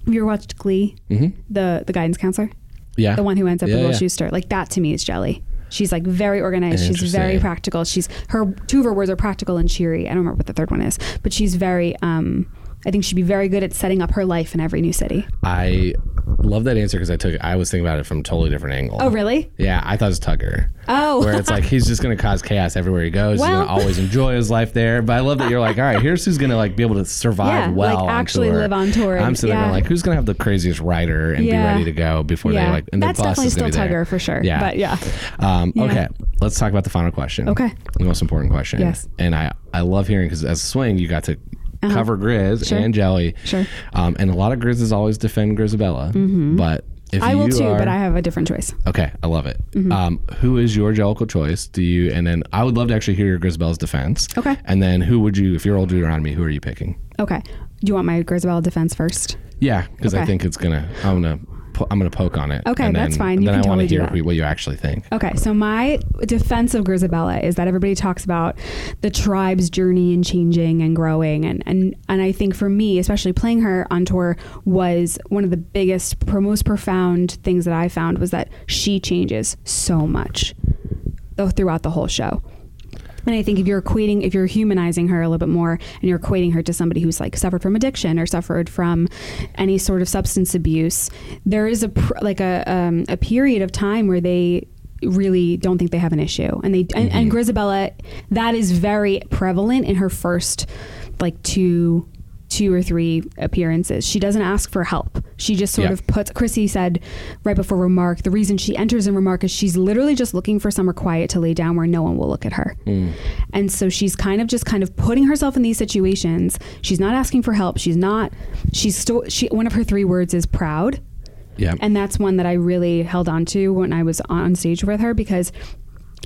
[SPEAKER 4] have you ever watched Glee?
[SPEAKER 5] Mm-hmm.
[SPEAKER 4] The the guidance counselor.
[SPEAKER 5] Yeah.
[SPEAKER 4] The one who ends up
[SPEAKER 5] Yeah,
[SPEAKER 4] with Will
[SPEAKER 5] yeah.
[SPEAKER 4] Schuster. Like that to me is Jelly. She's like very organized. She's very
[SPEAKER 5] Interesting.
[SPEAKER 4] practical. She's her two of her words are practical and cheery. I don't remember what the third one is, but she's very. Um, I think she'd be very good at setting up her life in every new city.
[SPEAKER 5] I love that answer because I took I was thinking about it from a totally different angle.
[SPEAKER 4] Oh, really?
[SPEAKER 5] Yeah, I thought it was Tugger.
[SPEAKER 4] Oh.
[SPEAKER 5] Where it's like he's just gonna cause chaos everywhere he goes. he's
[SPEAKER 4] Well.
[SPEAKER 5] gonna always enjoy his life there. But I love that you're like, all right, here's who's gonna like be able to survive
[SPEAKER 4] Yeah,
[SPEAKER 5] well.
[SPEAKER 4] like,
[SPEAKER 5] on
[SPEAKER 4] actually
[SPEAKER 5] tour.
[SPEAKER 4] live on tour and-
[SPEAKER 5] I'm sitting
[SPEAKER 4] yeah.
[SPEAKER 5] there like, who's gonna have the craziest rider and
[SPEAKER 4] Yeah.
[SPEAKER 5] be ready to go before
[SPEAKER 4] Yeah.
[SPEAKER 5] they like and
[SPEAKER 4] That's
[SPEAKER 5] the boss
[SPEAKER 4] definitely
[SPEAKER 5] is gonna
[SPEAKER 4] still
[SPEAKER 5] be there.
[SPEAKER 4] Tugger for sure.
[SPEAKER 5] Yeah.
[SPEAKER 4] But yeah.
[SPEAKER 5] Um,
[SPEAKER 4] Yeah.
[SPEAKER 5] Okay, let's talk about the final question.
[SPEAKER 4] Okay.
[SPEAKER 5] the most important question.
[SPEAKER 4] Yes.
[SPEAKER 5] and I I love hearing because as a swing you got to.
[SPEAKER 4] Uh-huh.
[SPEAKER 5] Cover Grizz
[SPEAKER 4] Sure.
[SPEAKER 5] and Jelly,
[SPEAKER 4] Sure.
[SPEAKER 5] um, and a lot of Grizzes always defend Grizzabella,
[SPEAKER 4] Mhm.
[SPEAKER 5] but if
[SPEAKER 4] I will
[SPEAKER 5] you
[SPEAKER 4] too,
[SPEAKER 5] are,
[SPEAKER 4] but I have a different choice.
[SPEAKER 5] Okay, I love it.
[SPEAKER 4] Mhm.
[SPEAKER 5] Um, who is your jellicle choice? Do you and then I would love to actually hear your Grisabella's defense.
[SPEAKER 4] Okay.
[SPEAKER 5] And then who would you, if you're old Deuteronomy, who are you picking?
[SPEAKER 4] Okay. Do you want my Grisabella defense first?
[SPEAKER 5] Yeah, because I
[SPEAKER 4] Okay.
[SPEAKER 5] think it's gonna. I'm gonna. Po- I'm gonna poke on it.
[SPEAKER 4] Okay,
[SPEAKER 5] and
[SPEAKER 4] that's
[SPEAKER 5] then-
[SPEAKER 4] fine. You
[SPEAKER 5] then
[SPEAKER 4] can
[SPEAKER 5] I want
[SPEAKER 4] totally
[SPEAKER 5] to
[SPEAKER 4] do
[SPEAKER 5] hear
[SPEAKER 4] that.
[SPEAKER 5] what you actually think.
[SPEAKER 4] Okay, so my defense of Grisabella is that everybody talks about the tribe's journey and changing and growing, and and and I think for me, especially playing her on tour, was one of the biggest, pro- most profound things that I found was that she changes so much tho- throughout the whole show. And I think if you're equating, if you're humanizing her a little bit more and you're equating her to somebody who's like suffered from addiction or suffered from any sort of substance abuse, there is a, pr- like a, um, a period of time where they really don't think they have an issue. And they, and, and Grisabella, that is very prevalent in her first like two, two or three appearances. She doesn't ask for help. She just sort
[SPEAKER 5] Yeah.
[SPEAKER 4] of puts. Chrissy said right before remark, the reason she enters in remark is she's literally just looking for somewhere quiet to lay down where no one will look at her.
[SPEAKER 5] Mm.
[SPEAKER 4] And so she's kind of just kind of putting herself in these situations. She's not asking for help. She's not. She's still. She one of her three words is proud.
[SPEAKER 5] Yeah.
[SPEAKER 4] And that's one that I really held on to when I was on stage with her because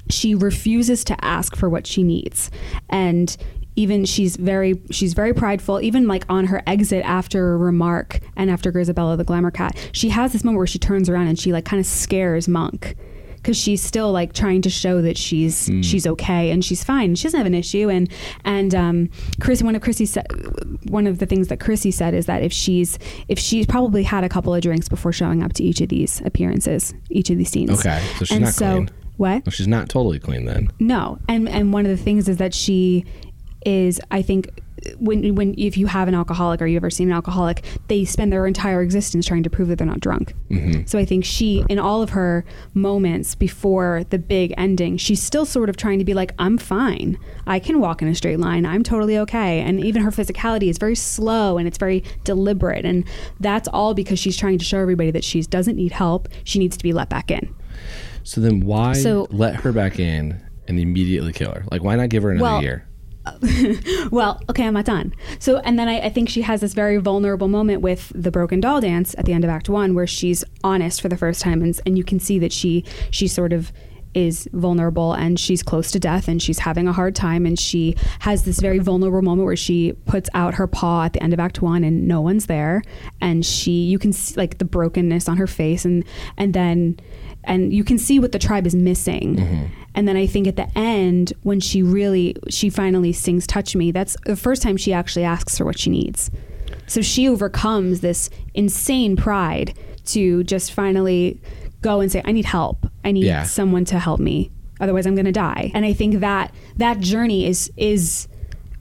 [SPEAKER 4] she refuses to ask for what she needs. And even she's very she's very prideful. Even like on her exit after a remark and after Grisabella the glamour cat, she has this moment where she turns around and she like kind of scares Monk because she's still like trying to show that she's
[SPEAKER 5] Hmm.
[SPEAKER 12] Mm.
[SPEAKER 4] she's okay and she's fine. She doesn't have an issue. And and um, Chris, one of Chrissy said, one of the things that Chrissy said is that if she's if she's probably had a couple of drinks before showing up to each of these appearances, each of these scenes.
[SPEAKER 5] Okay, so she's
[SPEAKER 4] and
[SPEAKER 5] not
[SPEAKER 4] so,
[SPEAKER 5] clean.
[SPEAKER 4] What?
[SPEAKER 5] Well, she's not totally clean then.
[SPEAKER 4] No, and and one of the things is that she is, I think, when when if you have an alcoholic or you've ever seen an alcoholic, they spend their entire existence trying to prove that they're not drunk.
[SPEAKER 5] Mm-hmm.
[SPEAKER 4] So I think she, in all of her moments before the big ending, she's still sort of trying to be like, I'm fine. I can walk in a straight line. I'm totally okay. And even her physicality is very slow and it's very deliberate. And that's all because she's trying to show everybody that she doesn't need help. She needs to be let back in.
[SPEAKER 5] So then why
[SPEAKER 4] So-
[SPEAKER 5] let her back in and immediately kill her? Like why not give her another
[SPEAKER 4] Well,
[SPEAKER 5] year?
[SPEAKER 4] well, okay, I'm not done. So, and then I, I think she has this very vulnerable moment with the broken doll dance at the end of Act One, where she's honest for the first time, and, and you can see that she she sort of is vulnerable and she's close to death and she's having a hard time and she has this very vulnerable moment where she puts out her paw at the end of act 1 and no one's there and she you can see like the brokenness on her face and and then and you can see what the tribe is missing and then i think at the end when she really she finally sings touch me that's the first time she actually asks for what she needs so she overcomes this insane pride to just finally go and say i need help i need
[SPEAKER 5] Yeah.
[SPEAKER 4] someone to help me otherwise i'm going to die and i think that that journey is is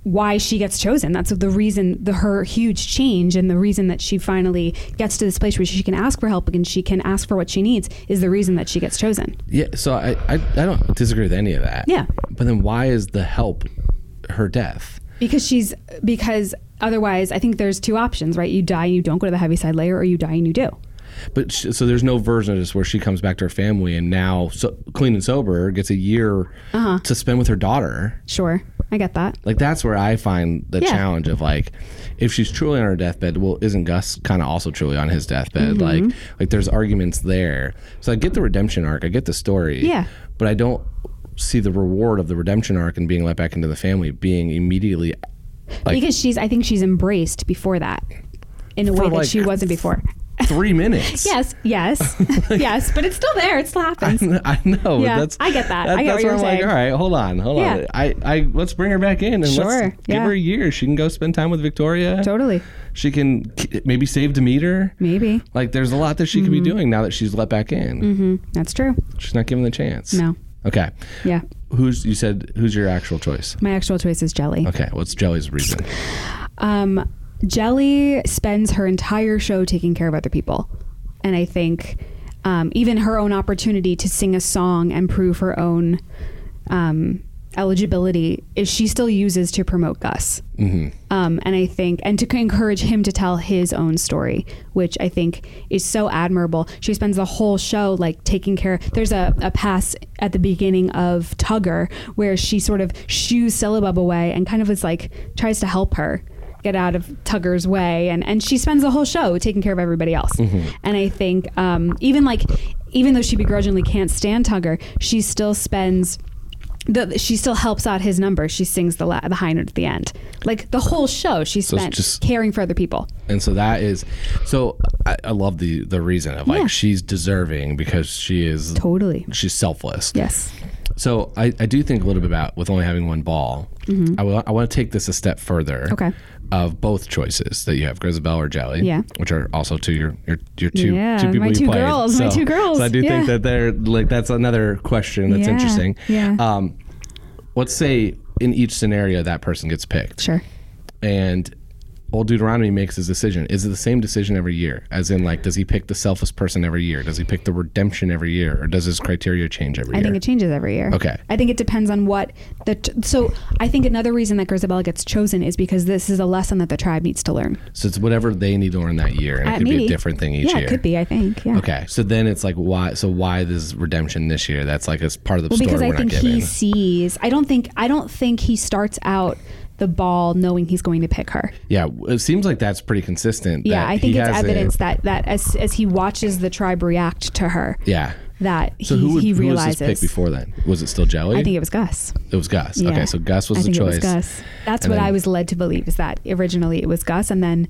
[SPEAKER 4] why she gets chosen that's the reason the her huge change and the reason that she finally gets to this place where she can ask for help and she can ask for what she needs is the reason that she gets chosen
[SPEAKER 5] Yeah, so I, I I don't disagree with any of that.
[SPEAKER 4] Yeah.
[SPEAKER 5] But then why is the help her death?
[SPEAKER 4] Because she's because otherwise, I think there's two options, right? You die and you don't go to the heavy side layer, or you die and you do.
[SPEAKER 5] But sh so there's no version of this where she comes back to her family and now so, clean and sober gets a year
[SPEAKER 4] Uh-huh.
[SPEAKER 5] to spend with her daughter.
[SPEAKER 4] Sure, I get that.
[SPEAKER 5] Like that's where I find the
[SPEAKER 4] Yeah.
[SPEAKER 5] challenge of like, if she's truly on her deathbed, well, isn't Gus kind of also truly on his deathbed?
[SPEAKER 4] Mhm.
[SPEAKER 5] Like, like there's arguments there. So I get the redemption arc, I get the story,
[SPEAKER 4] Yeah.
[SPEAKER 5] but I don't see the reward of the redemption arc and being let back into the family being immediately like
[SPEAKER 4] because she's, I think she's embraced before that, in a
[SPEAKER 5] For
[SPEAKER 4] way
[SPEAKER 5] like-
[SPEAKER 4] that she wasn't before.
[SPEAKER 5] three minutes.
[SPEAKER 4] Yes, yes, yes, but it's still there. It still happens.
[SPEAKER 5] I know. but
[SPEAKER 4] Yeah,
[SPEAKER 5] that's,
[SPEAKER 4] I get that. I get
[SPEAKER 5] that's
[SPEAKER 4] what you're
[SPEAKER 5] where I'm like,
[SPEAKER 4] saying.
[SPEAKER 5] all right, hold on, hold
[SPEAKER 4] Yeah.
[SPEAKER 5] on. I, I, let's bring her back in and
[SPEAKER 4] Sure,
[SPEAKER 5] let's give
[SPEAKER 4] yeah.
[SPEAKER 5] her a year. She can go spend time with Victoria.
[SPEAKER 4] Totally.
[SPEAKER 5] She can k- maybe save Demeter.
[SPEAKER 4] Maybe.
[SPEAKER 5] Like, there's a lot that she could be doing now that she's let back in.
[SPEAKER 4] Mm-hmm. That's true.
[SPEAKER 5] She's not given the chance.
[SPEAKER 4] No.
[SPEAKER 5] Okay.
[SPEAKER 4] Yeah,
[SPEAKER 5] Who's you said? Who's your actual choice?
[SPEAKER 4] my actual choice is Jelly.
[SPEAKER 5] Okay. What's Jelly's reason?
[SPEAKER 4] Um, Jelly spends her entire show taking care of other people. And I think um, even her own opportunity to sing a song and prove her own um, eligibility is she still uses to promote Gus.
[SPEAKER 5] Mm-hmm.
[SPEAKER 4] Um, and I think, and to encourage him to tell his own story, which I think is so admirable. She spends the whole show like taking care. There's a, a pass at the beginning of Tugger where she sort of shoos Syllabub away and kind of is like tries to help her get out of Tugger's way, and and she spends the whole show taking care of everybody else.
[SPEAKER 5] Mhm.
[SPEAKER 4] And I think um, even like even though she begrudgingly can't stand Tugger, she still spends. The, she still helps out his number. She sings the la- the high note at the end. Like the whole show, she
[SPEAKER 5] So it's
[SPEAKER 4] spent
[SPEAKER 5] just-
[SPEAKER 4] caring for other people.
[SPEAKER 5] And so that is, so I, I love the the reason of like
[SPEAKER 4] Yeah.
[SPEAKER 5] she's deserving because she is
[SPEAKER 4] Totally.
[SPEAKER 5] she's selfless.
[SPEAKER 4] Yes.
[SPEAKER 5] So I, I do think a little bit about with only having one ball.
[SPEAKER 4] Mhm.
[SPEAKER 5] I want to take this a step further.
[SPEAKER 4] Okay.
[SPEAKER 5] Of both choices that you have, Grisabelle or Jelly.
[SPEAKER 4] Yeah.
[SPEAKER 5] Which are also two your your, your two
[SPEAKER 4] Yeah,
[SPEAKER 5] two people
[SPEAKER 4] my
[SPEAKER 5] you
[SPEAKER 4] two
[SPEAKER 5] played.
[SPEAKER 4] girls, my two girls.
[SPEAKER 5] So I do
[SPEAKER 4] Yeah.
[SPEAKER 5] think that they're like that's another question that's
[SPEAKER 4] Yeah,
[SPEAKER 5] interesting.
[SPEAKER 4] yeah.
[SPEAKER 5] Um, let's say in each scenario that person gets picked.
[SPEAKER 4] Sure.
[SPEAKER 5] And old Deuteronomy makes his decision. Is it the same decision every year? As in, like, does he pick the selfless person every year? Does he pick the redemption every year? Or does his criteria change every
[SPEAKER 4] I
[SPEAKER 5] year?
[SPEAKER 4] think it changes every year.
[SPEAKER 5] Okay.
[SPEAKER 4] I think it depends on what the. T- so I think another reason that Grisabella gets chosen is because this is a lesson that the tribe needs to learn.
[SPEAKER 5] So it's whatever they need to learn that year, and it
[SPEAKER 4] Uh,
[SPEAKER 5] could be
[SPEAKER 4] maybe.
[SPEAKER 5] a different thing each
[SPEAKER 4] yeah,
[SPEAKER 5] year.
[SPEAKER 4] it could be. I think. Yeah.
[SPEAKER 5] Okay, so then it's like why? So why this redemption this year? That's like as part of the
[SPEAKER 4] Well,
[SPEAKER 5] story
[SPEAKER 4] because I
[SPEAKER 5] we're
[SPEAKER 4] think
[SPEAKER 5] not giving.
[SPEAKER 4] he sees. I don't think. I don't think he starts out the ball knowing he's going to pick her.
[SPEAKER 5] Yeah, it seems like that's pretty consistent.
[SPEAKER 4] Yeah,
[SPEAKER 5] that
[SPEAKER 4] I think
[SPEAKER 5] he
[SPEAKER 4] it's
[SPEAKER 5] has a-
[SPEAKER 4] evidence that that as as he watches the tribe react to her,
[SPEAKER 5] yeah.
[SPEAKER 4] that
[SPEAKER 5] So
[SPEAKER 4] he,
[SPEAKER 5] who, would,
[SPEAKER 4] he
[SPEAKER 5] who was
[SPEAKER 4] realizes.
[SPEAKER 5] his pick before then? Was it still Jelly?
[SPEAKER 4] I think it was Gus.
[SPEAKER 5] it was Gus.
[SPEAKER 4] Yeah.
[SPEAKER 5] Okay, so Gus was
[SPEAKER 4] I
[SPEAKER 5] the
[SPEAKER 4] think it
[SPEAKER 5] choice.
[SPEAKER 4] Gus. That's
[SPEAKER 5] And
[SPEAKER 4] what
[SPEAKER 5] then-
[SPEAKER 4] I was led to believe is that originally it was Gus, and then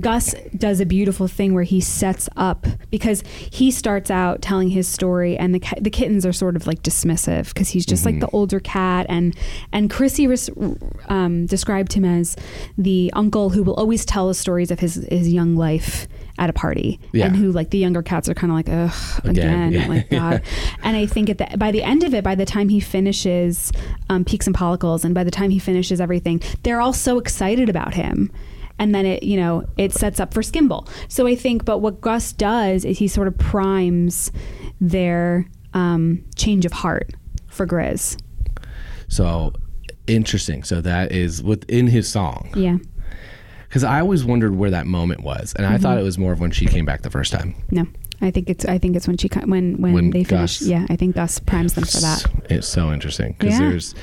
[SPEAKER 4] Gus does a beautiful thing where he sets up because he starts out telling his story, and the ki- the kittens are sort of like dismissive because he's just
[SPEAKER 5] Mm-hmm.
[SPEAKER 12] Mhm.
[SPEAKER 4] like the older cat, and and Chrissy res- um, described him as the uncle who will always tell the stories of his his young life at a party,
[SPEAKER 12] Yeah.
[SPEAKER 4] and who like the younger cats are kind of like ugh
[SPEAKER 12] Again.
[SPEAKER 4] again,
[SPEAKER 12] Yeah.
[SPEAKER 4] like God and I think at the, by the end of it, by the time he finishes um, Peaks and Pollicles, and by the time he finishes everything, they're all so excited about him. And then it, you know, it sets up for Skimble. So I think, but what Gus does is he sort of primes their um, change of heart for Grizz.
[SPEAKER 5] So interesting. So that is within his song.
[SPEAKER 4] Yeah.
[SPEAKER 5] Because I always wondered where that moment was, and I
[SPEAKER 4] Mhm.
[SPEAKER 5] thought it was more of when she came back the first time.
[SPEAKER 4] No, I think it's. I think it's when she co- when when,
[SPEAKER 5] When
[SPEAKER 4] they finish.
[SPEAKER 5] Gus-
[SPEAKER 4] Yeah, I think Gus primes them for that.
[SPEAKER 5] It's so interesting because
[SPEAKER 4] Yeah.
[SPEAKER 5] there's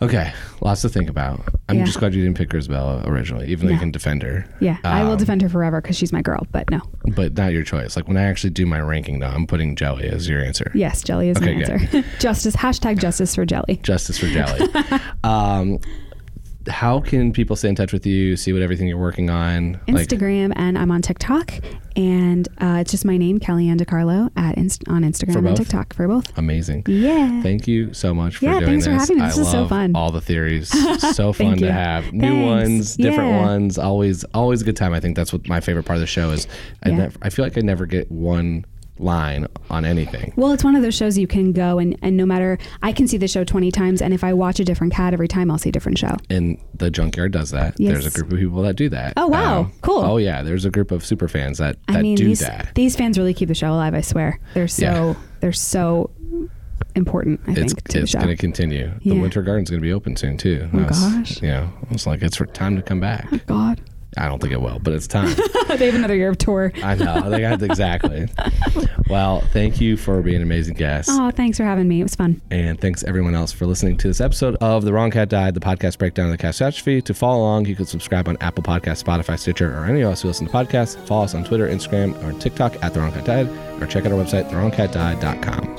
[SPEAKER 5] okay, lots to think about. I'm
[SPEAKER 4] Yeah.
[SPEAKER 5] just glad you didn't pick Grisabella originally, even though you
[SPEAKER 4] No.
[SPEAKER 5] can defend her.
[SPEAKER 4] Yeah, I will
[SPEAKER 5] Um,
[SPEAKER 4] defend her forever because she's my girl. But no,
[SPEAKER 5] but not your choice. Like when I actually do my ranking, though, I'm putting Jelly as your answer.
[SPEAKER 4] yes, Jelly is
[SPEAKER 5] Okay,
[SPEAKER 4] my
[SPEAKER 5] good.
[SPEAKER 4] answer. justice hashtag Justice for Jelly.
[SPEAKER 5] Justice for Jelly. um, how can people stay in touch with you? See what everything you're working on.
[SPEAKER 4] Instagram and I'm on TikTok, and uh, it's just my name, Kellyanne DiCarlo, at inst- on Instagram
[SPEAKER 5] For
[SPEAKER 4] and
[SPEAKER 5] both?
[SPEAKER 4] TikTok for both.
[SPEAKER 5] amazing.
[SPEAKER 4] Yeah.
[SPEAKER 5] Thank you so much for
[SPEAKER 4] Yeah,
[SPEAKER 5] doing
[SPEAKER 4] thanks
[SPEAKER 5] this.
[SPEAKER 4] for having me. This
[SPEAKER 5] I
[SPEAKER 4] was so
[SPEAKER 5] love
[SPEAKER 4] fun.
[SPEAKER 5] All the theories, so fun
[SPEAKER 4] Thank
[SPEAKER 5] to
[SPEAKER 4] you.
[SPEAKER 5] have. New
[SPEAKER 4] Thanks.
[SPEAKER 5] ones, different
[SPEAKER 4] Yeah.
[SPEAKER 5] ones. Always, always a good time. I think that's what my favorite part of the show is. I,
[SPEAKER 4] Yeah.
[SPEAKER 5] nev- I feel like I never get one line on anything.
[SPEAKER 4] Well, it's one of those shows you can go and, and no matter, I can see the show 20 times, and if I watch a different cat every time, I'll see a different show.
[SPEAKER 5] And the junkyard does that.
[SPEAKER 4] Yes.
[SPEAKER 5] There's a group of people that do that.
[SPEAKER 4] Oh, wow. Cool.
[SPEAKER 5] Oh yeah, there's a group of super fans that that
[SPEAKER 4] I mean,
[SPEAKER 5] do
[SPEAKER 4] these,
[SPEAKER 5] that.
[SPEAKER 4] these fans really keep the show alive, I swear. They're so,
[SPEAKER 5] Yeah.
[SPEAKER 4] they're so important, I
[SPEAKER 5] it's
[SPEAKER 4] think, to the
[SPEAKER 5] it's
[SPEAKER 4] show.
[SPEAKER 5] going to continue. The
[SPEAKER 4] Yeah.
[SPEAKER 5] Winter Garden's going to be open soon too.
[SPEAKER 4] Oh,
[SPEAKER 5] I was-
[SPEAKER 4] gosh.
[SPEAKER 5] You know, I was like, it's for time to come back.
[SPEAKER 4] God.
[SPEAKER 5] I don't think it will, but it's time.
[SPEAKER 4] they have another year of tour.
[SPEAKER 5] I know. They got exactly. well, thank you for being an amazing guest.
[SPEAKER 4] Oh, thanks for having me. It was fun.
[SPEAKER 5] And thanks everyone else for listening to this episode of The Wrong Cat Died, the podcast breakdown of the catastrophe. To follow along, you can subscribe on Apple Podcasts, Spotify, Stitcher, or any of us who listen to podcasts. Follow us on Twitter, Instagram, or TikTok at The Wrong Cat Died, or check out our website, TheWrongCatDied.com.